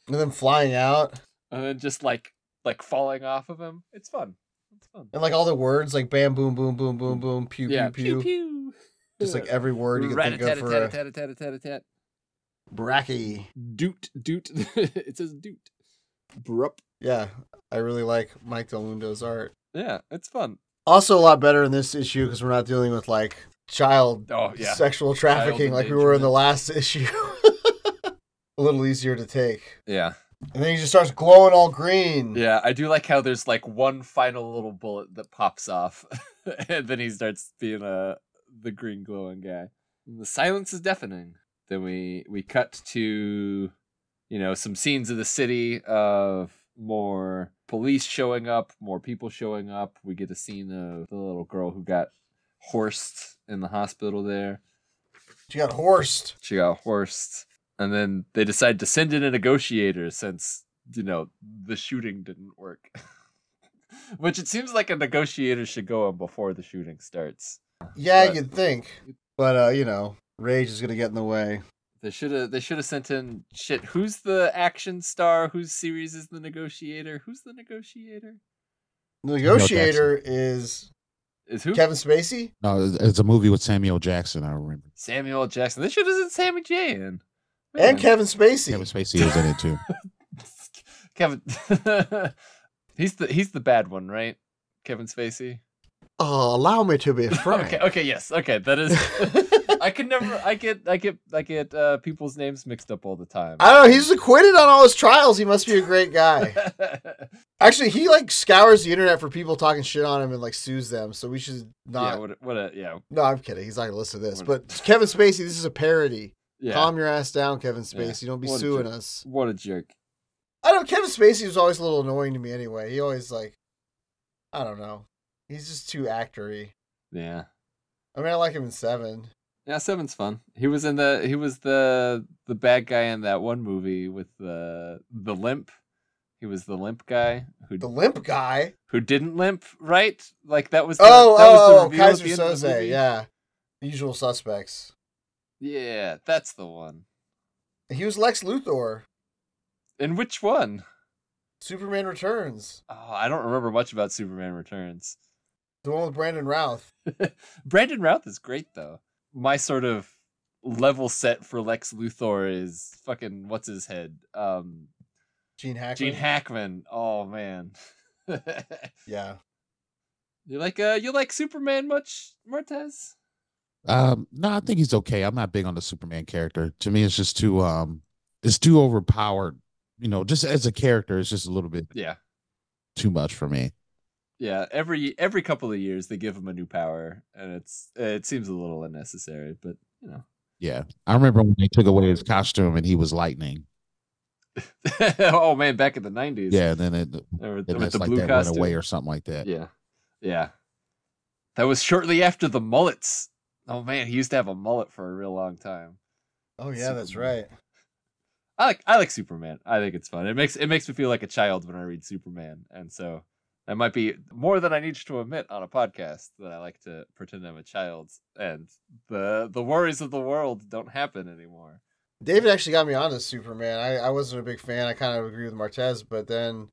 then flying out, and then just like like falling off of him. It's fun. It's fun. and like all the words, like bam, boom, boom, boom, boom, boom, pew, yeah. pew, pew, pew. just (laughs) like every word you can think of for a Rat-a-tat-a-tat-a-tat-a-tat-a-tat. bracky. Doot doot. (laughs) it says doot. Brup. Yeah, I really like Mike Del Mundo's art. Yeah, it's fun. Also, a lot better in this issue because we're not dealing with like child Oh yeah. sexual trafficking Child like we were in the endangerment. last (laughs) issue. a little easier to take. yeah. And then he just starts glowing all green. Yeah, I do like how there's like one final little bullet that pops off (laughs) and then he starts being uh the green glowing guy. And the silence is deafening. Then we we cut to you know some scenes of the city of more police showing up, more people showing up. We get a scene of the little girl who got horsed in the hospital there. She got horsed. She got horsed. And then they decide to send in a negotiator since, you know, the shooting didn't work. (laughs) Which it seems like a negotiator should go on before the shooting starts. Yeah, But- you'd think. But uh, you know, rage is gonna get in the way. They should have they should have sent in shit. Who's the action star? Whose series is the negotiator? Who's the negotiator? The negotiator is Is who? Kevin Spacey? No, it's- it's a movie with Samuel Jackson. I remember. Samuel L. Jackson. This shit isn't Sammy J in. And Kevin Spacey. Kevin Spacey was in it too. (laughs) Kevin. he's the he's the bad one, right? Kevin Spacey. Oh, allow me to (laughs) be frank. (laughs) Okay. Okay. Yes. Okay. That is. (laughs) I can never. I get. I get. I get uh, people's names mixed up all the time. I don't know. He's acquitted on all his trials. He must be a great guy. (laughs) yeah. Actually, he like scours the internet for people talking shit on him and like sues them. So we should not. What? A, what a. Yeah. no, I'm kidding. He's not gonna listen to this. What- But Kevin Spacey, this is a parody. Yeah. Calm your ass down, Kevin Yeah. Spacey. Don't be What a suing jerk. us. What a jerk. I don't. Kevin Spacey was always a little annoying to me anyway. He always like, I don't know. He's just too actory. Yeah. I mean, I like him in Seven. Yeah. Seven's fun. He was in the. He was the the bad guy in that one movie with the the limp. He was the limp guy who The limp guy. who didn't limp, right? Like that was the, oh, that was the oh, oh, reveal at Kaiser the end of the Soze. movie. Yeah, The Usual Suspects. yeah, that's the one. He was Lex Luthor. And which one? Superman Returns. Oh, I don't remember much about Superman Returns. The one with Brandon Routh. Brandon Routh is great though. My sort of level set for Lex Luthor is fucking what's his head? Um Gene Hackman. Gene Hackman. Oh man. (laughs) Yeah. you like uh you like Superman much, Martez? Um, no, I think he's okay. I'm not big on the Superman character. To me, it's just too um, it's too overpowered. You know, just as a character, it's just a little bit Yeah. too much for me. Yeah, every every couple of years they give him a new power and it's it seems a little unnecessary, but you know. (laughs) Yeah, I remember when they took away his costume and he was lightning. oh man, back in the nineties. Yeah, and then it then with, with it's the like blue that costume. went away or something like that. yeah, yeah. That was shortly after the mullets. Oh man, he used to have a mullet for a real long time. Oh yeah, that's right. Superman. I like I like Superman. I think it's fun. It makes it makes me feel like a child when I read Superman, and so that might be more than I need to admit on a podcast that I like to pretend I'm a child, and the the worries of the world don't happen anymore. David actually got me onto Superman. I, I wasn't a big fan. I kind of agree with Martez, but then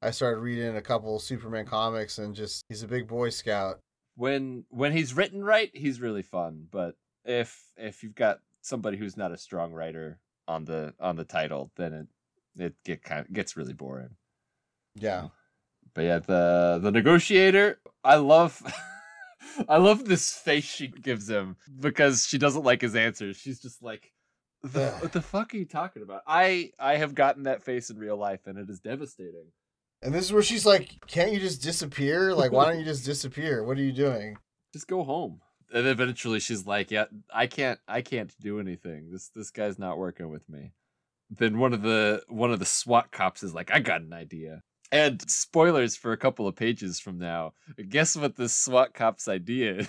I started reading a couple Superman comics and just he's a big Boy Scout. when when he's written right, he's really fun. But if if you've got somebody who's not a strong writer on the on the title, then it it get kind of gets really boring. Yeah. But yeah, the the negotiator, I love. (laughs) I love this face she gives him because she doesn't like his answers. She's just like, the, Ugh. "What the fuck are you talking about?" I I have gotten that face in real life, and it is devastating. And this is where she's like, "Can't you just disappear? Like, why don't you just disappear? What are you doing?" just go home. And eventually she's like, Yeah, I can't I can't do anything. This this guy's not working with me. Then one of the one of the SWAT cops is like, I got an idea. And spoilers for a couple of pages from now. Guess what this SWAT cop's idea is?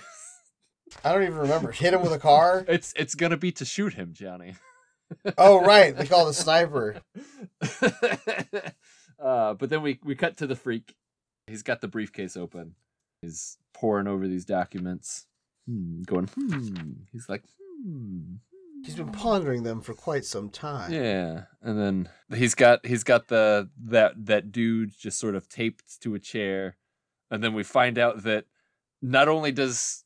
I don't even remember. Hit him with a car. It's it's gonna be to shoot him, Johnny. (laughs) Oh right, they call the sniper. (laughs) uh, but then we we cut to the freak. He's got the briefcase open. He's poring over these documents, hmm, going hmm. He's like hmm. He's been pondering them for quite some time. Yeah, and then he's got he's got the that that dude just sort of taped to a chair, and then we find out that not only does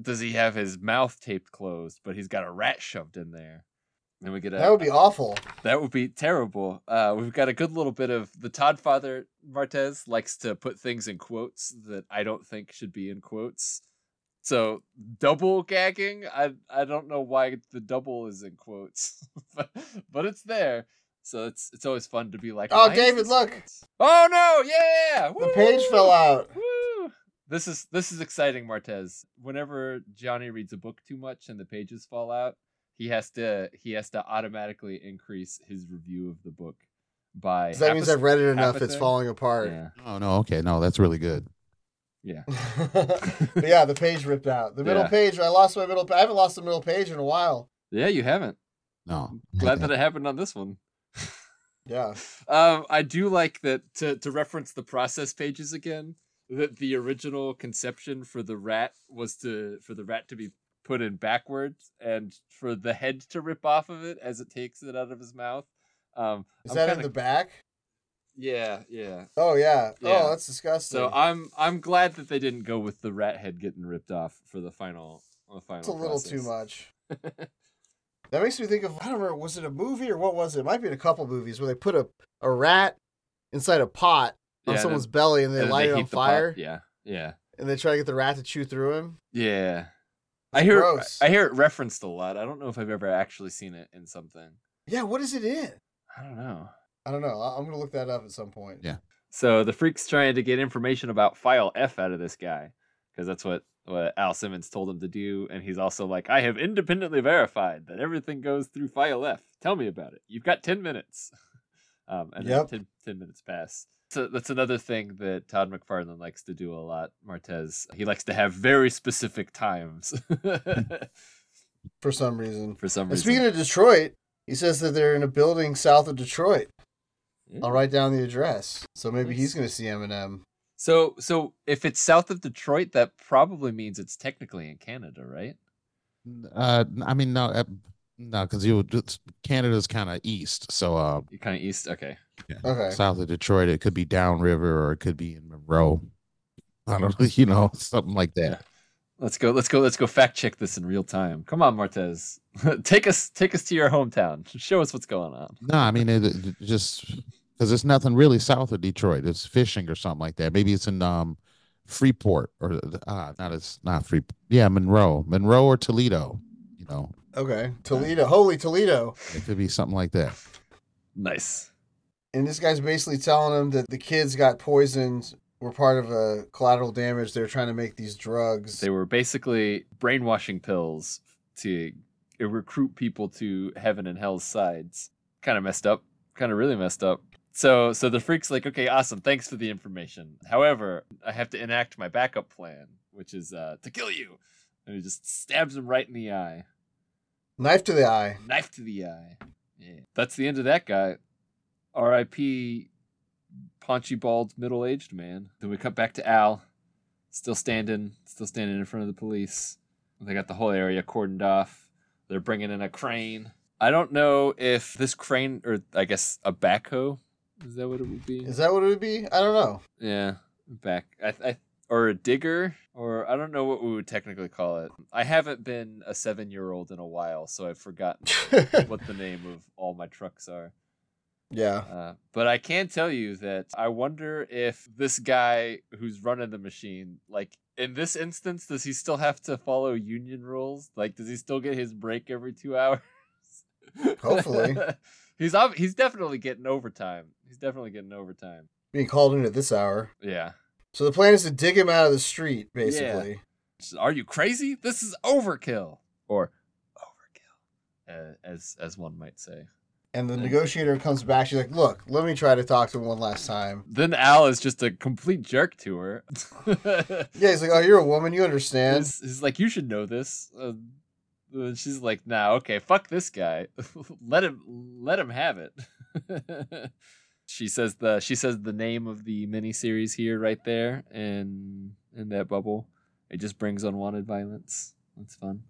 does he have his mouth taped closed, but he's got a rat shoved in there. And we get a, That would be awful. that would be terrible. Uh, we've got a good little bit of the Todd father Martez likes to put things in quotes that I don't think should be in quotes. So double gagging, I I don't know why the double is in quotes, (laughs) but, but it's there. So it's it's always fun to be like, Oh, "Why is David, this in look. quotes?" Oh no! Yeah, The page fell out. Woo! This is this is exciting, Martez. Whenever Johnny reads a book too much and the pages fall out, he has to he has to automatically increase his review of the book by. 'Cause That half means a- I've read it enough. It's Apathy? falling apart. Yeah, Oh no, okay, no, that's really good. yeah. (laughs) But yeah, the page ripped out. The middle Yeah. page. I lost my middle. I haven't lost the middle page in a while. (laughs) Yeah, you haven't. No, Glad that it happened on this one. Yeah. Um, I do like that to to reference the process pages again. That the original conception for the rat was to for the rat to be put in backwards and for the head to rip off of it as it takes it out of his mouth. Um, Is I'm that in kinda- the back? Yeah, yeah. Oh yeah. Yeah. Oh, that's disgusting. So I'm I'm glad that they didn't go with the rat head getting ripped off for the final the final. it's a little too process. much. (laughs) that makes me think of I don't remember was it a movie or what was it? It might be in a couple movies where they put a a rat inside a pot on Yeah, and someone's belly and then- they and then light it heat on the pot. fire Yeah, yeah, and they try to get the rat to chew through him. yeah. I hear gross. I hear it referenced a lot. I don't know if I've ever actually seen it in something. Yeah, what is it in? I don't know. I don't know. I- I'm gonna look that up at some point. Yeah. So the freak's trying to get information about File F out of this guy because that's what what Al Simmons told him to do, and he's also like, "I have independently verified that everything goes through File F. Tell me about it. You've got ten minutes." (laughs) Um, and then Yep. 10, 10 minutes pass. So that's another thing that Todd McFarlane likes to do a lot. Martez, he likes to have very (laughs) specific times (laughs) For some reason. for some And reason. speaking of Detroit, he says that they're in a building south of Detroit. Yeah. I'll write down the address. So maybe Hmm. Nice. he's gonna see Eminem. So so if it's south of Detroit, that probably means it's technically in Canada, right? (laughs) Uh, n- I mean, no, uh, no, because you it's- Canada's kind of east, so uh, You're kind of east. Okay. Okay. south of Detroit, it could be downriver or it could be in Monroe. I don't know, (laughs) you know, something like that. Let's go. Let's go. Let's go fact check this in real time. Come on, Martez. (laughs) take us take us to your hometown. (laughs) Show us what's going on. No, I mean, it, it just because it's nothing really south of Detroit. It's fishing or something like that. Maybe it's in um Freeport or uh, not. It's not Free. Yeah, Monroe, Monroe or Toledo. You know, Okay. Toledo. Holy Toledo. it could be something like that. Nice. And this guy's basically telling him that the kids got poisoned, were part of a collateral damage. They're trying to make these drugs. They were basically brainwashing pills to recruit people to heaven and hell's sides. Kind of messed up. Kind of really messed up. So so the freak's like, okay, awesome. Thanks for the information. However, I have to enact my backup plan, which is uh, to kill you. And he just stabs him right in the eye. Knife to the eye. Knife to the eye. Yeah. That's the end of that guy. R.I.P. Paunchy bald middle aged man. Then we cut back to Al, still standing, still standing in front of the police. They got the whole area cordoned off. They're bringing in a crane. I don't know if this crane, or I guess a backhoe, is that what it would be? Is that what it would be? I don't know. Yeah, back. I, I or a digger, or I don't know what we would technically call it. I haven't been a seven-year-old in a while, so I've forgotten (laughs) what the name of all my trucks are. yeah. Uh, but I can tell you that I wonder if this guy who's running the machine, like in this instance, does he still have to follow union rules? Like, does he still get his break every two (laughs) hours? Hopefully. (laughs) he's ob- he's definitely getting overtime. He's definitely getting overtime. Being called in at this hour. Yeah. So the plan is to dig him out of the street, basically. Are you crazy? This is overkill, or overkill, uh, as as one might say. And the negotiator comes back. She's like, look, let me try to talk to him one last time. Then Al is just a complete jerk to her. (laughs) Yeah, he's like, oh, you're a woman. You understand. he's, he's like, you should know this. Uh, and she's like, nah, okay, fuck this guy. (laughs) let him, let him have it. (laughs) she says the she says the name of the miniseries here, right there, in in that bubble. It just brings unwanted violence. That's fun.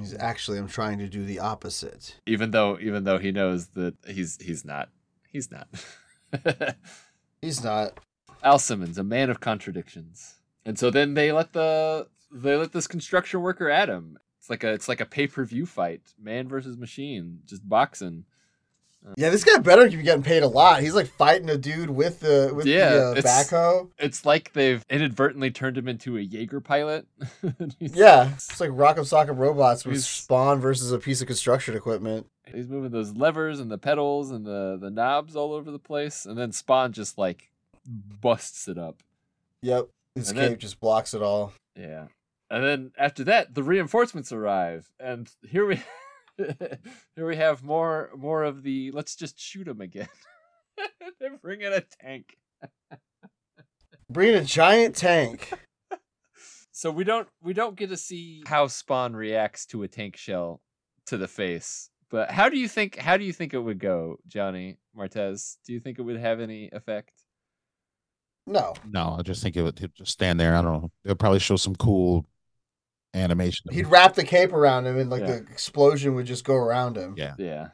He's actually, I'm trying to do the opposite. even though even though he knows that he's he's not he's not (laughs) He's not. al simmons a man of contradictions and so then they let the they let this construction worker at him it's like a it's like a pay-per-view fight man versus machine just boxing Uh. Yeah, this guy better be getting paid a lot. He's like fighting a dude with the with Yeah, the uh, it's- backhoe. it's like they've inadvertently turned him into a jaeger pilot (laughs) he's, Yeah, it's like Rock'em Sock'em Robots with He's- Spawn versus a piece of construction equipment. (laughs) he's moving those levers and the pedals and the the knobs all over the place and then spawn just like busts it up Yep, his And cape then- just blocks it all. Yeah. And then after that, the reinforcements arrive, and here we (laughs) here we have more more of the let's just shoot them again. (laughs) they bring in a tank. Bringing a giant tank. So we don't we don't get to see how Spawn reacts to a tank shell to the face. But how do you think how do you think it would go, Johnny Martez? Do you think it would have any effect? No, No, I just think it would he'd just stand there. I don't know. They'll probably show some cool animation. of he'd him. wrap the cape around him, and like Yeah. the explosion would just go around him. Yeah. Yeah.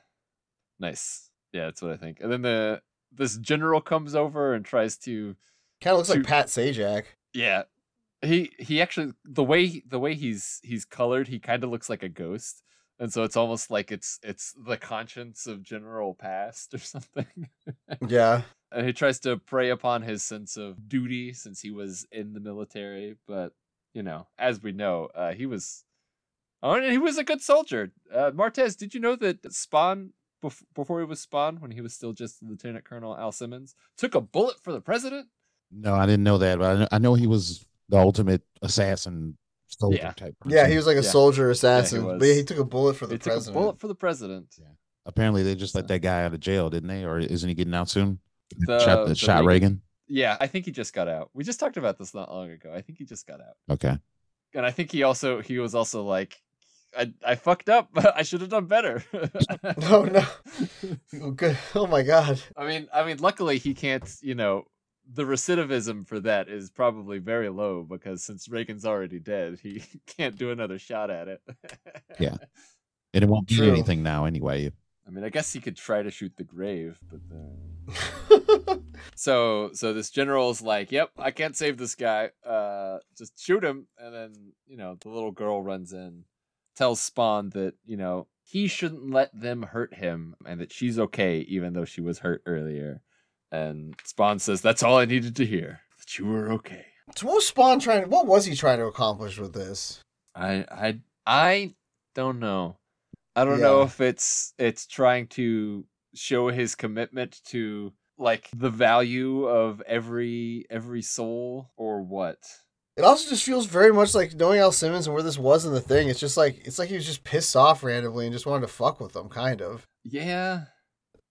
Nice. Yeah, that's what I think. And then the this general comes over and tries to Kind of looks like Shoot. Pat (laughs) Sajak. yeah. He he actually the way the way he's he's colored, he kind of looks like a ghost. And so it's almost like it's it's the conscience of general past or (laughs) something. Yeah. and he tries to prey upon his sense of duty since he was in the military. But you know, as we know, uh, he was, oh, and he was a good soldier. Uh, Martez, did you know that Spawn, bef- before he was Spawn, when he was still just Lieutenant Colonel Al Simmons, took a bullet for the president? No, I didn't know that, but I know, I know he was the ultimate assassin soldier Yeah. type. Yeah, person. he was like a Yeah. soldier assassin. was. but yeah, he took a bullet for the they took president. a bullet for the president. Apparently, they just let that guy out of jail, didn't they? Or isn't he getting out soon? The- shot the shot Reagan. Yeah, I think he just got out. We just talked about this not long ago. I think he just got out. Okay. and I think he also he was also like, I I fucked up. (laughs) I should have done better. (laughs) (laughs) No, Oh, no. Oh, good. Oh my god. (laughs) I mean, I mean, luckily he can't. You know, the recidivism for that is probably very low because since Reagan's already dead, he (laughs) can't do another shot at it. Yeah. And it won't be True. anything now anyway. (laughs) I mean, I guess he could try to shoot the grave, but uh so so this general's like, "Yep, I can't save this guy. Uh, just shoot him." And then you know the little girl runs in, tells Spawn that you know he shouldn't let them hurt him, and that she's okay even though she was hurt earlier. And Spawn says, "That's all I needed to hear. That you were okay." so what was Spawn trying? What was he trying to accomplish with this? I I I don't know. I don't know Yeah. if it's it's trying to show his commitment to like the value of every every soul or what. It also just feels very much like knowing Al Simmons and where this was in the thing. It's just like it's like he was just pissed off randomly and just wanted to fuck with them, kind of. Yeah.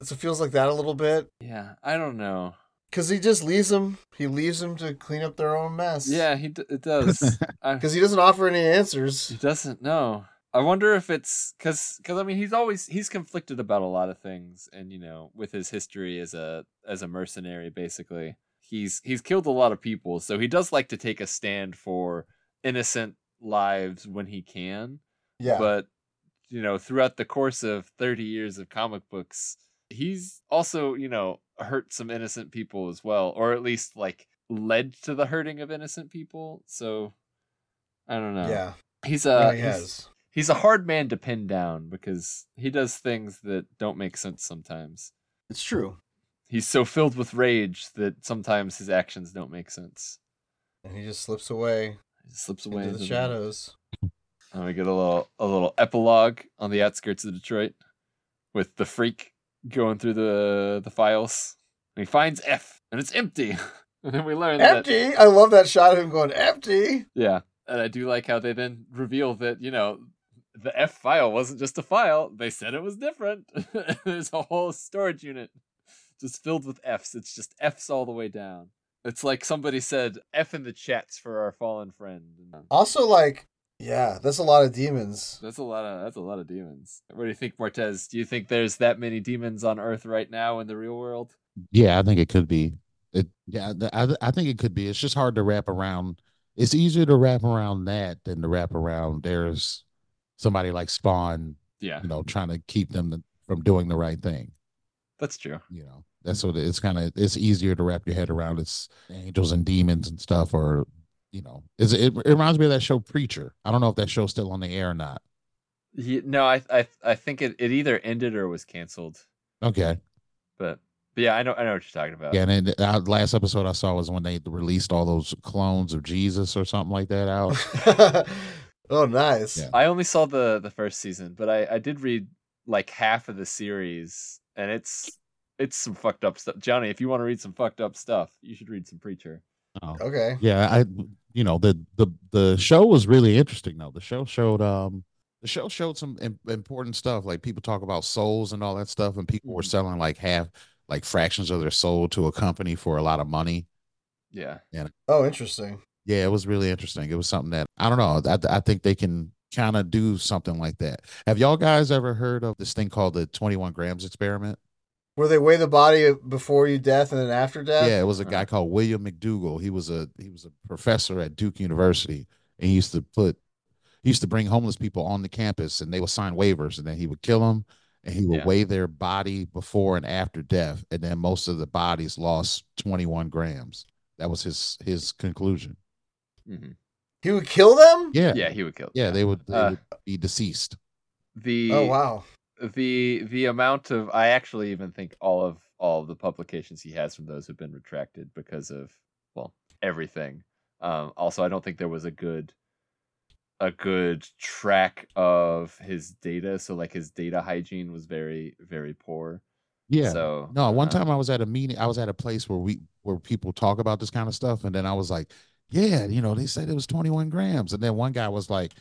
So it feels like that a little bit Yeah, I don't know. because he just leaves them. He leaves them to clean up their own mess. Yeah, he d- it (laughs) does. I, because he doesn't offer any he answers. doesn't know. I wonder if it's cuz cuz I mean he's always he's conflicted about a lot of things and you know with his history as a as a mercenary basically. He's he's killed a lot of people, so he does like to take a stand for innocent lives when he can. Yeah, but you know throughout the course of 30 years of comic books he's also you know hurt some innocent people as well or at least like led to the hurting of innocent people so i don't know yeah, he's No, a he he's, has. he's a hard man to pin down because he does things that don't make sense sometimes It's true, he's so filled with rage that sometimes his actions don't make sense and he just slips away he slips away into the into shadows. And we get a little a little epilogue on the outskirts of Detroit with the freak going through the the files. And he finds F and it's empty. (laughs) and then we learn that Empty. I love that shot of him going empty. Yeah. And I do like how they then reveal that, you know, the F file wasn't just a file. They said it was different. (laughs) There's a whole storage unit just filled with Fs. It's just Fs all the way down. It's like somebody said F in the chats for our fallen friend. Also, like, yeah, that's a lot of demons. That's a lot of that's a lot of demons. What do you think, Martez? Do you think there's that many demons on Earth right now in the real world? Yeah, I think it could be. It, yeah, th- I, th- I think it could be. It's just hard to wrap around. It's easier to wrap around that than to wrap around there's somebody like Spawn, Yeah, you know, trying to keep them th- from doing the right thing. that's true. You know, that's what it- it's kind of. It's easier to wrap your head around. It's angels and demons and stuff, or you know, it's, it, it reminds me of that show Preacher. I don't know if that show's still on the air or not. Ye- no, I I I think it, it either ended or was canceled. Okay, But, but yeah, I know I know what you're talking about. yeah. And then the- uh, last episode I saw was when they released all those clones of Jesus or something like that (laughs) out. oh, nice. Yeah. I only saw the the first season, but I I did read like half of the series, and it's it's some fucked up stuff. Johnny, if you want to read some fucked up stuff, you should read some Preacher. Oh. Okay. yeah i you know the the the show was really interesting though the show showed um the show showed some im- important stuff like people talk about souls and all that stuff and people were Mhm. selling like half like fractions of their soul to a company for a lot of money Yeah, Oh, interesting. yeah it was really interesting it was something that i don't know i, I think they can kind of do something like that have y'all guys ever heard of this thing called the 21 grams experiment Where they weigh the body before you death and then after death? Yeah, it was a Uh. guy called William McDougall. He was a he was a professor at Duke University, and he used to put he used to bring homeless people on the campus, and they would sign waivers, and then he would kill them, and he will Yeah. weigh their body before and after death, and then most of the bodies lost 21 grams. That was his his conclusion. hmm He would kill them? Yeah, Yeah, he would kill. yeah, them. they would, they Uh, would be deceased. the Oh, wow. the the amount of I actually even think all of all of the publications he has from those have been retracted because of well everything. Um, also, I don't think there was a good a good track of his data, so like his data hygiene was very very poor. Yeah. So No, one uh, time I was at a meeting, I was at a place where we where people talk about this kind of stuff, and then I was like, Yeah, you know, they said it was 21 grams. And then one guy was like,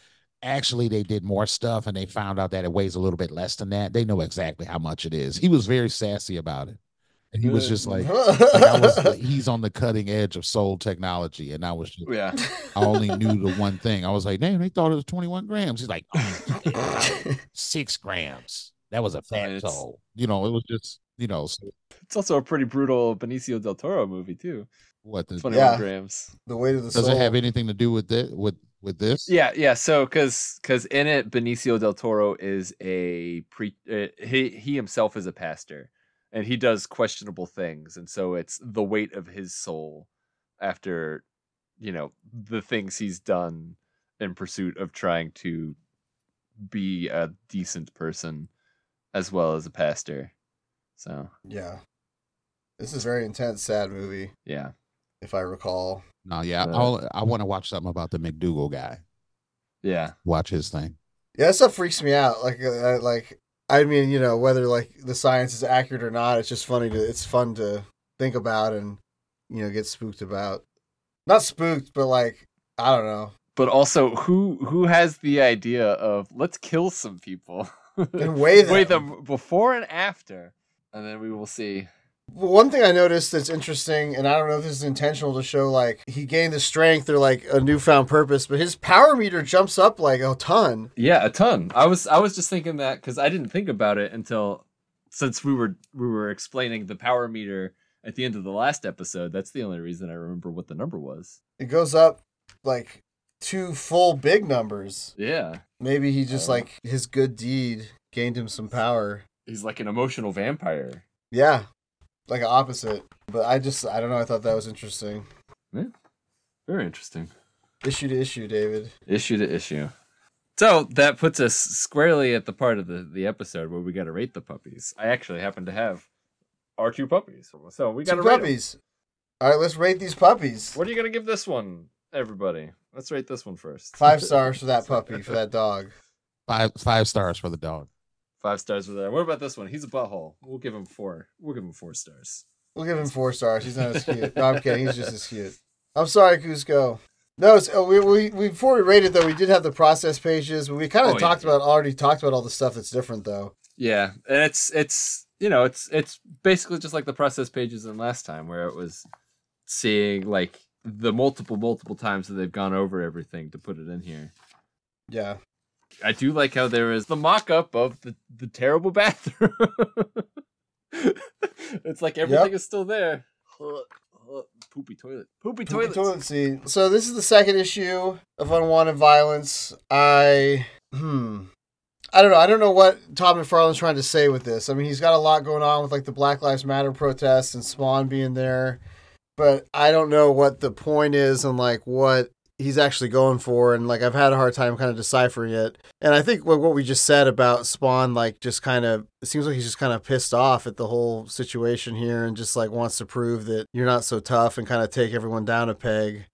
actually they did more stuff and they found out that it weighs a little bit less than that. They know exactly how much it is. He was very sassy about it. And he was (laughs) just like, like, I was like, he's on the cutting edge of soul technology. And I was just, yeah. I only knew the (laughs) one thing. I was like, damn, they thought it was 21 grams. He's like, (laughs) "Oh, six grams. That was a fat it's- soul. You know, it was just, you know, so (laughs) It's also a pretty brutal Benicio del Toro movie too. what the, Twenty one Yeah. grams. the weight of the does soul. it have anything to do with this with with this? Yeah, yeah. So, because because in it, Benicio del Toro is a pre. Uh, he he himself is a pastor, and he does questionable things, and so it's the weight of his soul after, you know, the things he's done in pursuit of trying to be a decent person as well as a pastor. So Yeah. This is a very intense, sad movie, yeah, if I recall. No, yeah. Uh, I'll, I want to watch something about the McDougal guy. yeah, Watch his thing. Yeah, that stuff freaks me out. Like, uh, like I mean, you know, whether like the science is accurate or not, it's just funny to it's fun to think about and you know get spooked about. Not spooked, but like I don't know. but also who who has the idea of let's kill some people. (laughs) And weigh them. weigh them before and after, and then we will see. One thing I noticed that's interesting, and I don't know if this is intentional to show like he gained the strength or like a newfound purpose, but his power meter jumps up like a ton. Yeah, a ton. I was I was just thinking that because I didn't think about it until since we were we were explaining the power meter at the end of the last episode. That's the only reason I remember what the number was. It goes up like two full big numbers. Yeah, Maybe he just Oh. like his good deed gained him some power. he's like an emotional vampire. Yeah, like an opposite. But I just I don't know. I thought that was interesting. Very interesting. Issue to issue, David. Issue to issue. So that puts us squarely at the part of the, the episode where we got to rate the puppies. I actually happen to have our two puppies, so we got Two to rate 'em. puppies. All right, let's rate these puppies. What are you gonna give this one, everybody? Let's rate this one first. (laughs) Five stars for that puppy for that dog. Five five stars for the dog. Five stars for that. What about this one? He's a butthole. We'll give him four. We'll give him four stars. We'll give him four stars. He's not as cute. No, I'm kidding. He's just as cute. I'm sorry, Cusco. No, it's, oh, we, we, we before we rated though, we did have the process pages. But we kind Oh, of yeah, talked yeah. about already talked about all the stuff that's different though. Yeah, and it's it's you know it's it's basically just like the process pages in last time where it was seeing like the multiple multiple times that they've gone over everything to put it in here. Yeah, I do like how there is the mock up of the the terrible (laughs) bathroom. it's like everything is still there. (laughs) Poopy toilet. Poopy toilet. toilet. (laughs) toilet seat. So this is the second issue of unwanted violence. I hmm. I don't know. I don't know what Todd McFarlane's trying to say with this. I mean, he's got a lot going on with like the Black Lives Matter protests and Spawn being there, but I don't know what the point is and like what he's actually going for. And like, I've had a hard time kind of deciphering it. And I think what, what we just said about Spawn, like, just kind of it seems like he's just kind of pissed off at the whole situation here and just like wants to prove that you're not so tough and kind of take everyone down a peg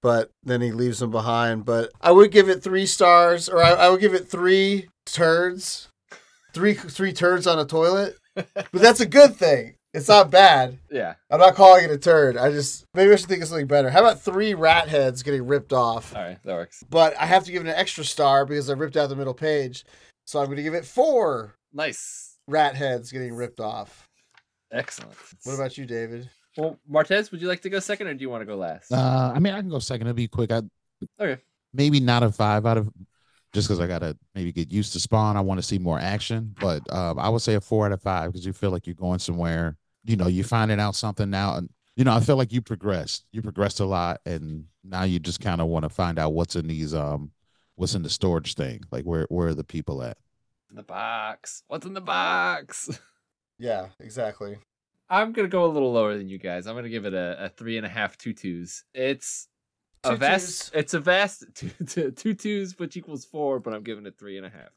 but then he leaves them behind. But I would give it three stars, or I, I would give it three turds, three three turds on a toilet. But that's a good thing. It's not bad. Yeah. I'm not calling it a turd. I just maybe I should think of something better. How about three rat heads getting ripped off? All right, that works. But I have to give it an extra star because I ripped out the middle page, so I'm going to give it four Nice. rat heads getting ripped off. Excellent. What about you, David? Well, Martez, would you like to go second or do you want to go last? Uh-huh. Uh, I mean, I can go second. It'll be quick. I Okay. maybe not a five out of just because I gotta maybe get used to Spawn. I want to see more action, but um, I would say a four out of five because you feel like you're going somewhere. You know, you're finding out something now, and you know, I feel like you progressed. You progressed a lot, and now you just kind of want to find out what's in these um, what's in the storage thing. Like where where are the people at? The box. What's in the box? Yeah, exactly. I'm gonna go a little lower than you guys. I'm gonna give it a, a three and a half tutus. It's a vast. It's a vast (laughs) two, two, two twos, which equals four. But I'm giving it three and a half.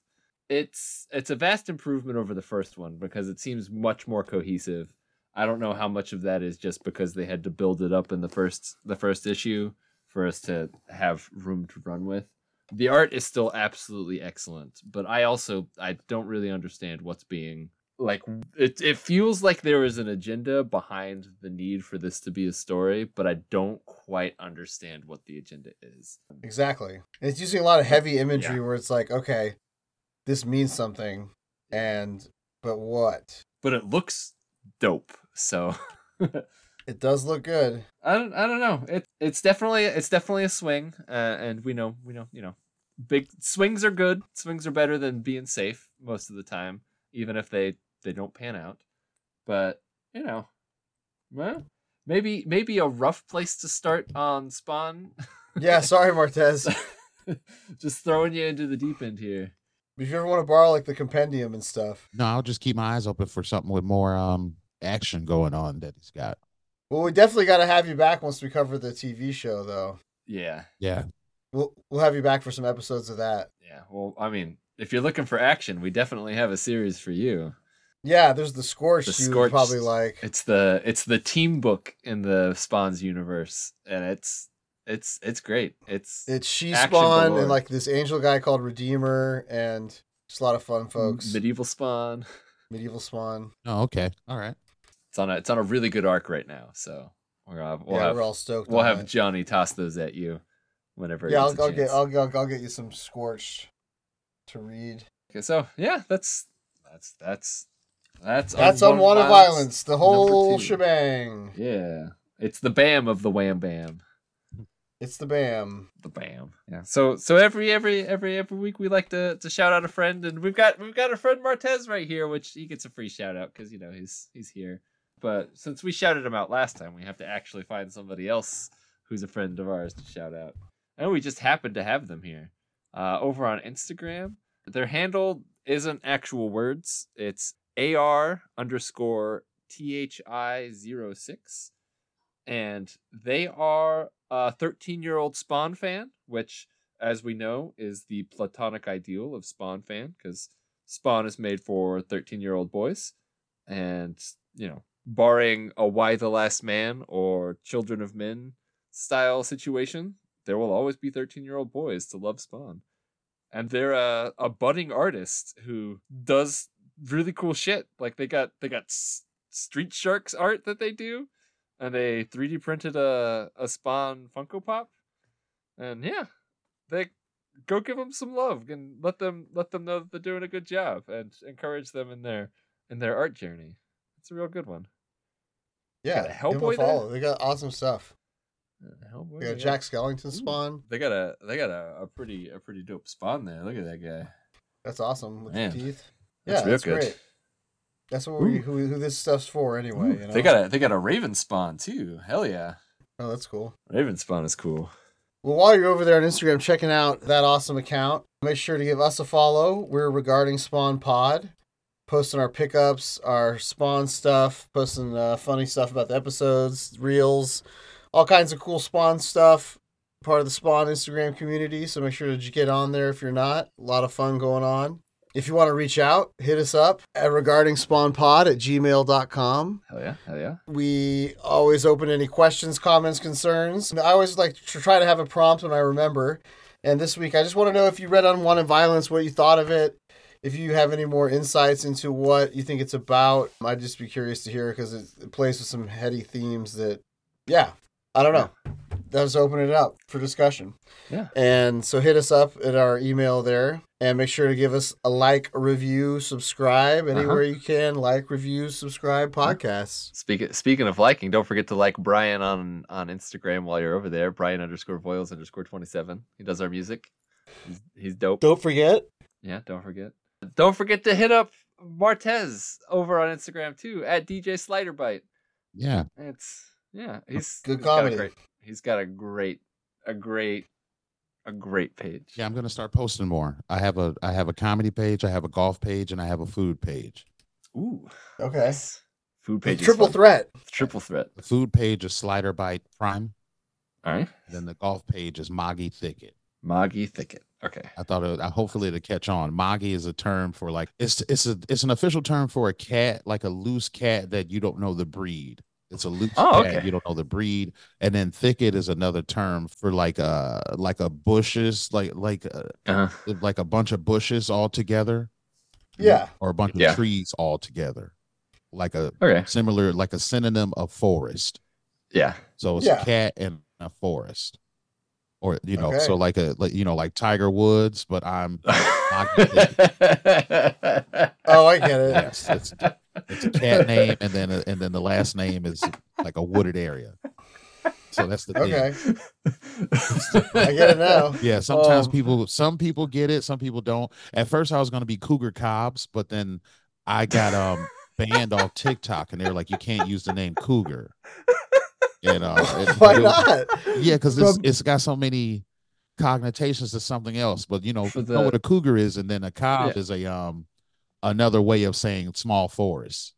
It's it's a vast improvement over the first one because it seems much more cohesive. I don't know how much of that is just because they had to build it up in the first the first issue for us to have room to run with. The art is still absolutely excellent, but I also I don't really understand what's being like it it feels like there is an agenda behind the need for this to be a story, but I don't quite understand what the agenda is. Exactly. And it's using a lot of heavy imagery Yeah. where it's like, okay, this means something and but what? But it looks dope. So It does look good. I don't I don't know. It it's definitely it's definitely a swing uh, and we know we know, you know, big swings are good. Swings are better than being safe most of the time, even if they they don't pan out. But, you know, well, maybe maybe a rough place to start on Spawn (laughs) Yeah, sorry Martez. just throwing you into the deep end here. If you ever want to borrow like the compendium and stuff, No, I'll just keep my eyes open for something with more um action going on that he's got. well, we definitely got to have you back once we cover the TV show, though. Yeah, Yeah. We'll we'll have you back for some episodes of that. yeah. Well, I mean, if you're looking for action, we definitely have a series for you. Yeah, there's the scorch. The you would Scorched. probably like. It's the it's the team book in the Spawn's universe, and it's it's it's great. It's It's she Action spawn galore. and like this angel guy called Redeemer and just a lot of fun folks. medieval Spawn. Medieval spawn. Oh, okay. All right. It's on a it's on a really good arc right now, so we're gonna have, we'll yeah, have we're all stoked. we'll on have it. Johnny toss those at you whenever. he Yeah, gets I'll, a I'll get chance. I'll, I'll I'll get you some scorch to read. Okay, so yeah, that's that's that's that's That's unwanted violence. The number whole two. shebang. Yeah, it's the bam of the wham bam. It's the bam. the bam. Yeah. So so every every every every week we like to to shout out a friend, and we've got we've got a friend Martez right here, which he gets a free shout out because you know he's he's here. But since we shouted him out last time, we have to actually find somebody else who's a friend of ours to shout out, and we just happened to have them here uh, over on Instagram. Their handle isn't actual words; it's ar underscore thi 06 and they are a 13 year old Spawn fan, which, as we know, is the platonic ideal of Spawn fan because Spawn is made for 13 year old boys. And, you know, barring a Why the Last Man or Children of Men style situation, there will always be 13 year old boys to love Spawn. And they're a, a budding artist who does really cool shit. Like they got they got s- Street Sharks art that they do and they 3D printed a a Spawn Funko Pop, and yeah, they go give them some love and let them let them know that they're doing a good job and encourage them in their in their art journey. It's a real good one. Yeah, Got a give 'em Hellboy a follow. They got awesome stuff. Uh, They got Hellboy, they got- Jack Skellington spawn. They got a they got a, a pretty a pretty dope Spawn there. Look at that guy. That's awesome with Man. the teeth. Yeah, That's real that's good. great. That's what we, Ooh. who, who this stuff's for anyway. Ooh, you know? They got a they got a Raven Spawn too. Hell yeah, Oh, that's cool. Raven Spawn is cool. Well, while you're over there on Instagram checking out that awesome account, make sure to give us a follow. We're regarding Spawn Pod, posting our pickups, our Spawn stuff, posting uh, funny stuff about the episodes, reels, all kinds of cool Spawn stuff. Part of the Spawn Instagram community, so make sure to get on there if you're not. A lot of fun going on. If you want to reach out, hit us up at regarding spawn pod at gmail.com. Hell yeah, hell yeah. We always open any questions, comments, concerns. And I always like to try to have a prompt when I remember. And this week, I just want to know if you read Unwanted Violence, what you thought of it, if you have any more insights into what you think it's about. I'd just be curious to hear because it, it plays with some heady themes that, yeah, I don't know. Let's open it up for discussion. Yeah. And so hit us up at our email there and make sure to give us a like, review, subscribe anywhere you can. Like, review, subscribe podcasts. Speaking speaking of liking, don't forget to like Brian on on Instagram while you're over there. Brian underscore Voiles underscore twenty seven. He does our music. He's, he's dope. Don't forget. Yeah, don't forget. Don't forget to hit up Martez over on Instagram too at DJ Sliderbite. Yeah. It's yeah, he's Good he's got a comedy. great- he's got a great a great a great page. Yeah, I'm gonna start posting more. I have a I have a comedy page, I have a golf page, and I have a food page. Ooh, Okay. yes. Food page. is Triple fun. threat. Triple threat. The food page is Slider Bite Prime. All right. Then the golf page is Moggy Thicket. Moggy Thicket. Okay. I thought it, I hopefully it'll catch on. Moggy is a term for like it's it's a it's an official term for a cat, like a loose cat that you don't know the breed. It's a loose Oh, cat okay. you don't know the breed, and then thicket is another term for like a like a bushes like like a, Uh-huh. Uh, like a bunch of bushes all together. Yeah. or a bunch of Yeah. trees all together, like a okay. similar like a synonym of forest. Yeah. So it's Yeah. a cat and a forest, or you know, Okay. so like a like you know like Tiger Woods, but I'm Oh, I get it. yes, it's it's a cat name, and then and then the last name is like a wooded area. So (laughs) that's the thing. Okay. I get it now. Yeah, sometimes Um, people some people get it, some people don't. At first I was gonna be Cougar Cobbs, but then I got um banned off TikTok and they were like, you can't use the name Cougar. (laughs) And uh (laughs) it- Why it was- not? Yeah, because it's From- it's got so many connotations to something else. But you know, For you know what the- a cougar is, and then a cob is a um another way of saying small forest.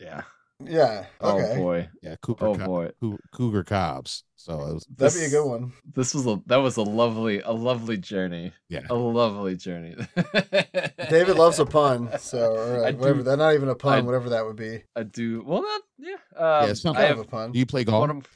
Yeah. Yeah. Oh Okay. boy. Yeah, Cooper Oh co- boy. cou- Cougar Cobbs. So it was That'd be a good (laughs) one. This was a that was a lovely a lovely journey. yeah. A lovely journey. (laughs) David loves a pun, so or, uh, I whatever. do- That's not even a pun. I- whatever that would be. I do well not yeah. Um, it's not I Kind have of a pun. Do you play golf? one of,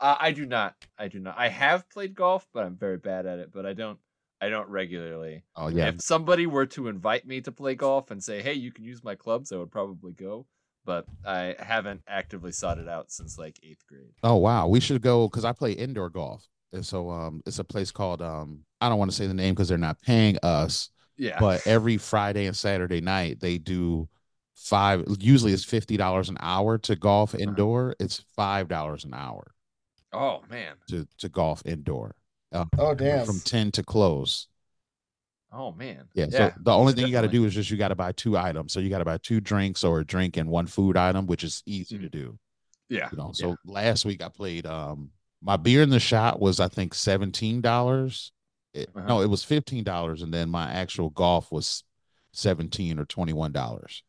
uh, I do not. I do not. I have played golf, but I'm very bad at it. But I don't I don't regularly. Oh yeah. If somebody were to invite me to play golf and say, "Hey, you can use my clubs," I would probably go, but I haven't actively sought it out since like eighth grade. Oh wow, we should go because I play indoor golf, and so um, it's a place called um, I don't want to say the name because they're not paying us, Yeah, but every Friday and Saturday night they do five. Usually it's fifty dollars an hour to golf indoor. It's five dollars an hour oh man, to to golf indoor. Uh, Oh damn. From ten to close. oh man, Yeah. So the only thing you got to definitely. do is just you got to buy two items. So you got to buy two drinks or a drink and one food item, which is easy to do. yeah, you know yeah. so last week i played um my beer in the shot was i think $17 It- Uh-huh. no it was $15 and then my actual golf was 17 or $21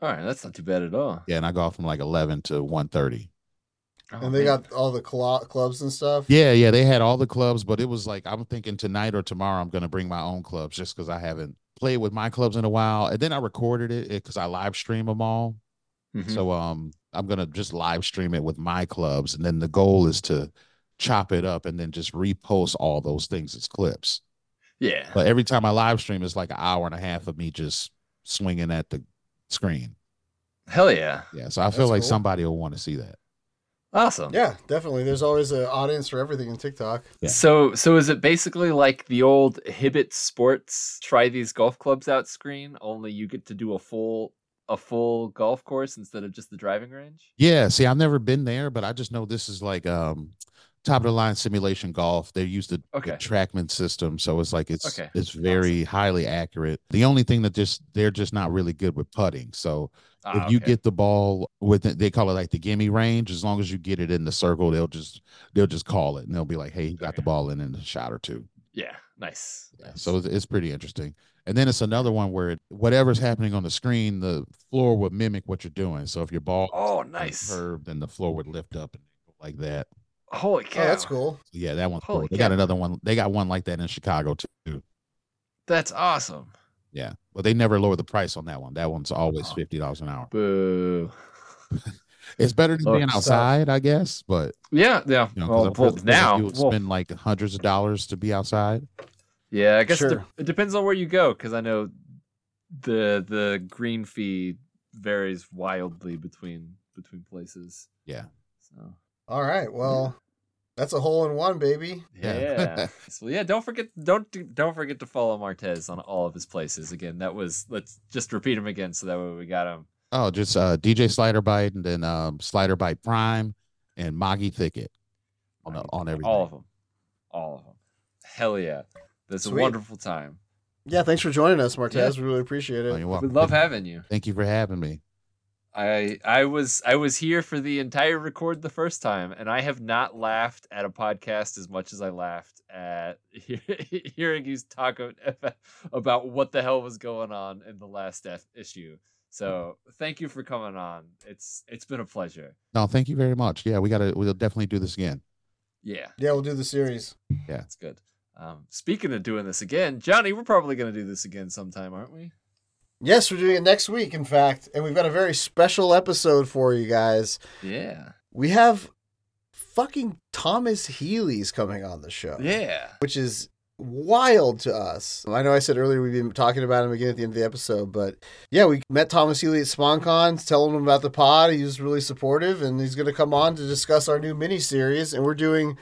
All right, that's not too bad at all. yeah and i golfed from like 11 to 1.30 Oh, and they man. got all the clo- clubs and stuff. yeah yeah they had all the clubs but it was like i'm thinking tonight or tomorrow i'm gonna bring my own clubs just because i haven't played with my clubs in a while and then i recorded it because i live stream them all Mhm. Mm-hmm. So um I'm gonna just live stream it with my clubs, and then the goal is to chop it up and then just repost all those things as clips. yeah, But every time I live stream, it's like an hour and a half of me just swinging at the screen. hell yeah, Yeah, so I feel That's like cool. somebody will want to see that. awesome. Yeah, definitely. There's always an audience for everything in TikTok. Oh, Yeah. So, so is it basically like the old Hibbit Sports "Try these golf clubs out" screen? Only you get to do a full a full golf course instead of just the driving range. Yeah, see, I've never been there, but I just know this is like um top of the line simulation golf. They use the, the Okay. trackman system, so it's like it's Okay, it's very highly accurate. The only thing that just they're just not really good with putting. So if Ah, you okay. get the ball with it, they call it like the gimme range. As long as you get it in the circle, they'll just they'll just call it and they'll be like, "Hey, he got the Okay. ball in in a shot or two. yeah, nice. Yeah, nice. so it's, it's pretty interesting. And then it's another one where it, whatever's happening on the screen, the floor would mimic what you're doing. So if your ball is oh, kind of nice. curved, then the floor would lift up and go like that. Holy cow, Oh, that's cool. So yeah, that one's cool. Holy They got cow. another one. They got one like that in Chicago too. That's awesome. Yeah, but they never lower the price on that one. That one's always Oh. fifty dollars an hour. Boo. It's better than Look, being so- outside, I guess. But Yeah, yeah. You know, 'cause well, I'm sure well, the person now, you would well, spend like hundreds of dollars to be outside. yeah. I guess it de- Sure. it depends on where you go, because I know the the green fee varies wildly between between places. Yeah. So. All right. Well, that's a hole in one, baby. Yeah. Yeah. so yeah, don't forget don't do, don't forget to follow Martez on all of his places. Again, that was let's just repeat him again so that way we got him. Oh, just uh, DJ Slider Bite and then um, Slider Bite Prime and Moggy Thicket on the, on everything. All of them. All of them. Hell yeah. That's a Sweet. wonderful time. Yeah. Thanks for joining us, Martez. We really appreciate Oh, it. you're We welcome. love having you. Thank you for having me. I I was I was here for the entire record the first time, and I have not laughed at a podcast as much as I laughed at (laughs) hearing you talk about, (laughs) about what the hell was going on in the last F- issue. So thank you for coming on. It's it's been a pleasure. No, thank you very much. Yeah, we gotta we'll definitely do this again. Yeah, Yeah, we'll do the series. that's good. Um, speaking of doing this again, Johnny, we're probably gonna do this again sometime, aren't we? Yes, we're doing it next week, in fact, and we've got a very special episode for you guys. Yeah, We have fucking Thomas Healy's coming on the show. yeah. which is wild to us. I know I said earlier we've been talking about him again at the end of the episode, but yeah, we met Thomas Healy at SponCon, telling him about the pod. He was really supportive, and he's going to come on to discuss our new miniseries. And we're doing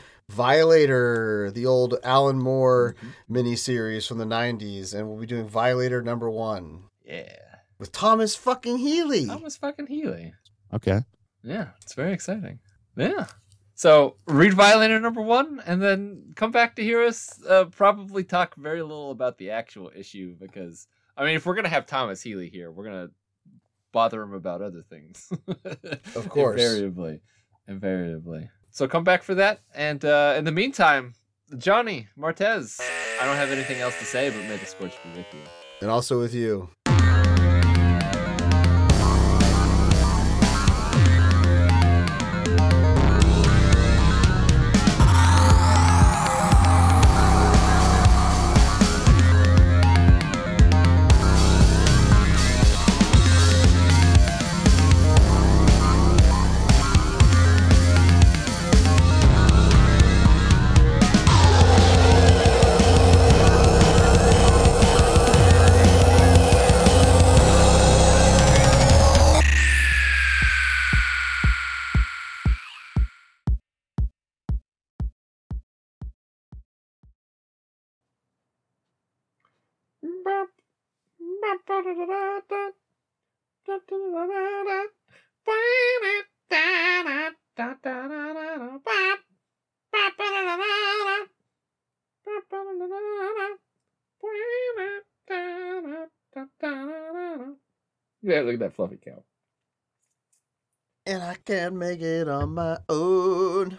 Violator, the old Alan Moore miniseries from the 90s, and we'll be doing Violator number one Yeah. with Thomas fucking Healy. Thomas fucking Healy. Okay. Yeah, it's very exciting. Yeah. So read Violator number one, and then come back to hear us uh, probably talk very little about the actual issue because I mean, if we're gonna have Thomas Healy here, we're gonna bother him about other things. (laughs) Of course. invariably, invariably. So come back for that, and uh, in the meantime, Johnny Martez. I don't have anything else to say, but may the scorch be with you. And also with you. Yeah, look at that fluffy cow. And I can't make it on my own.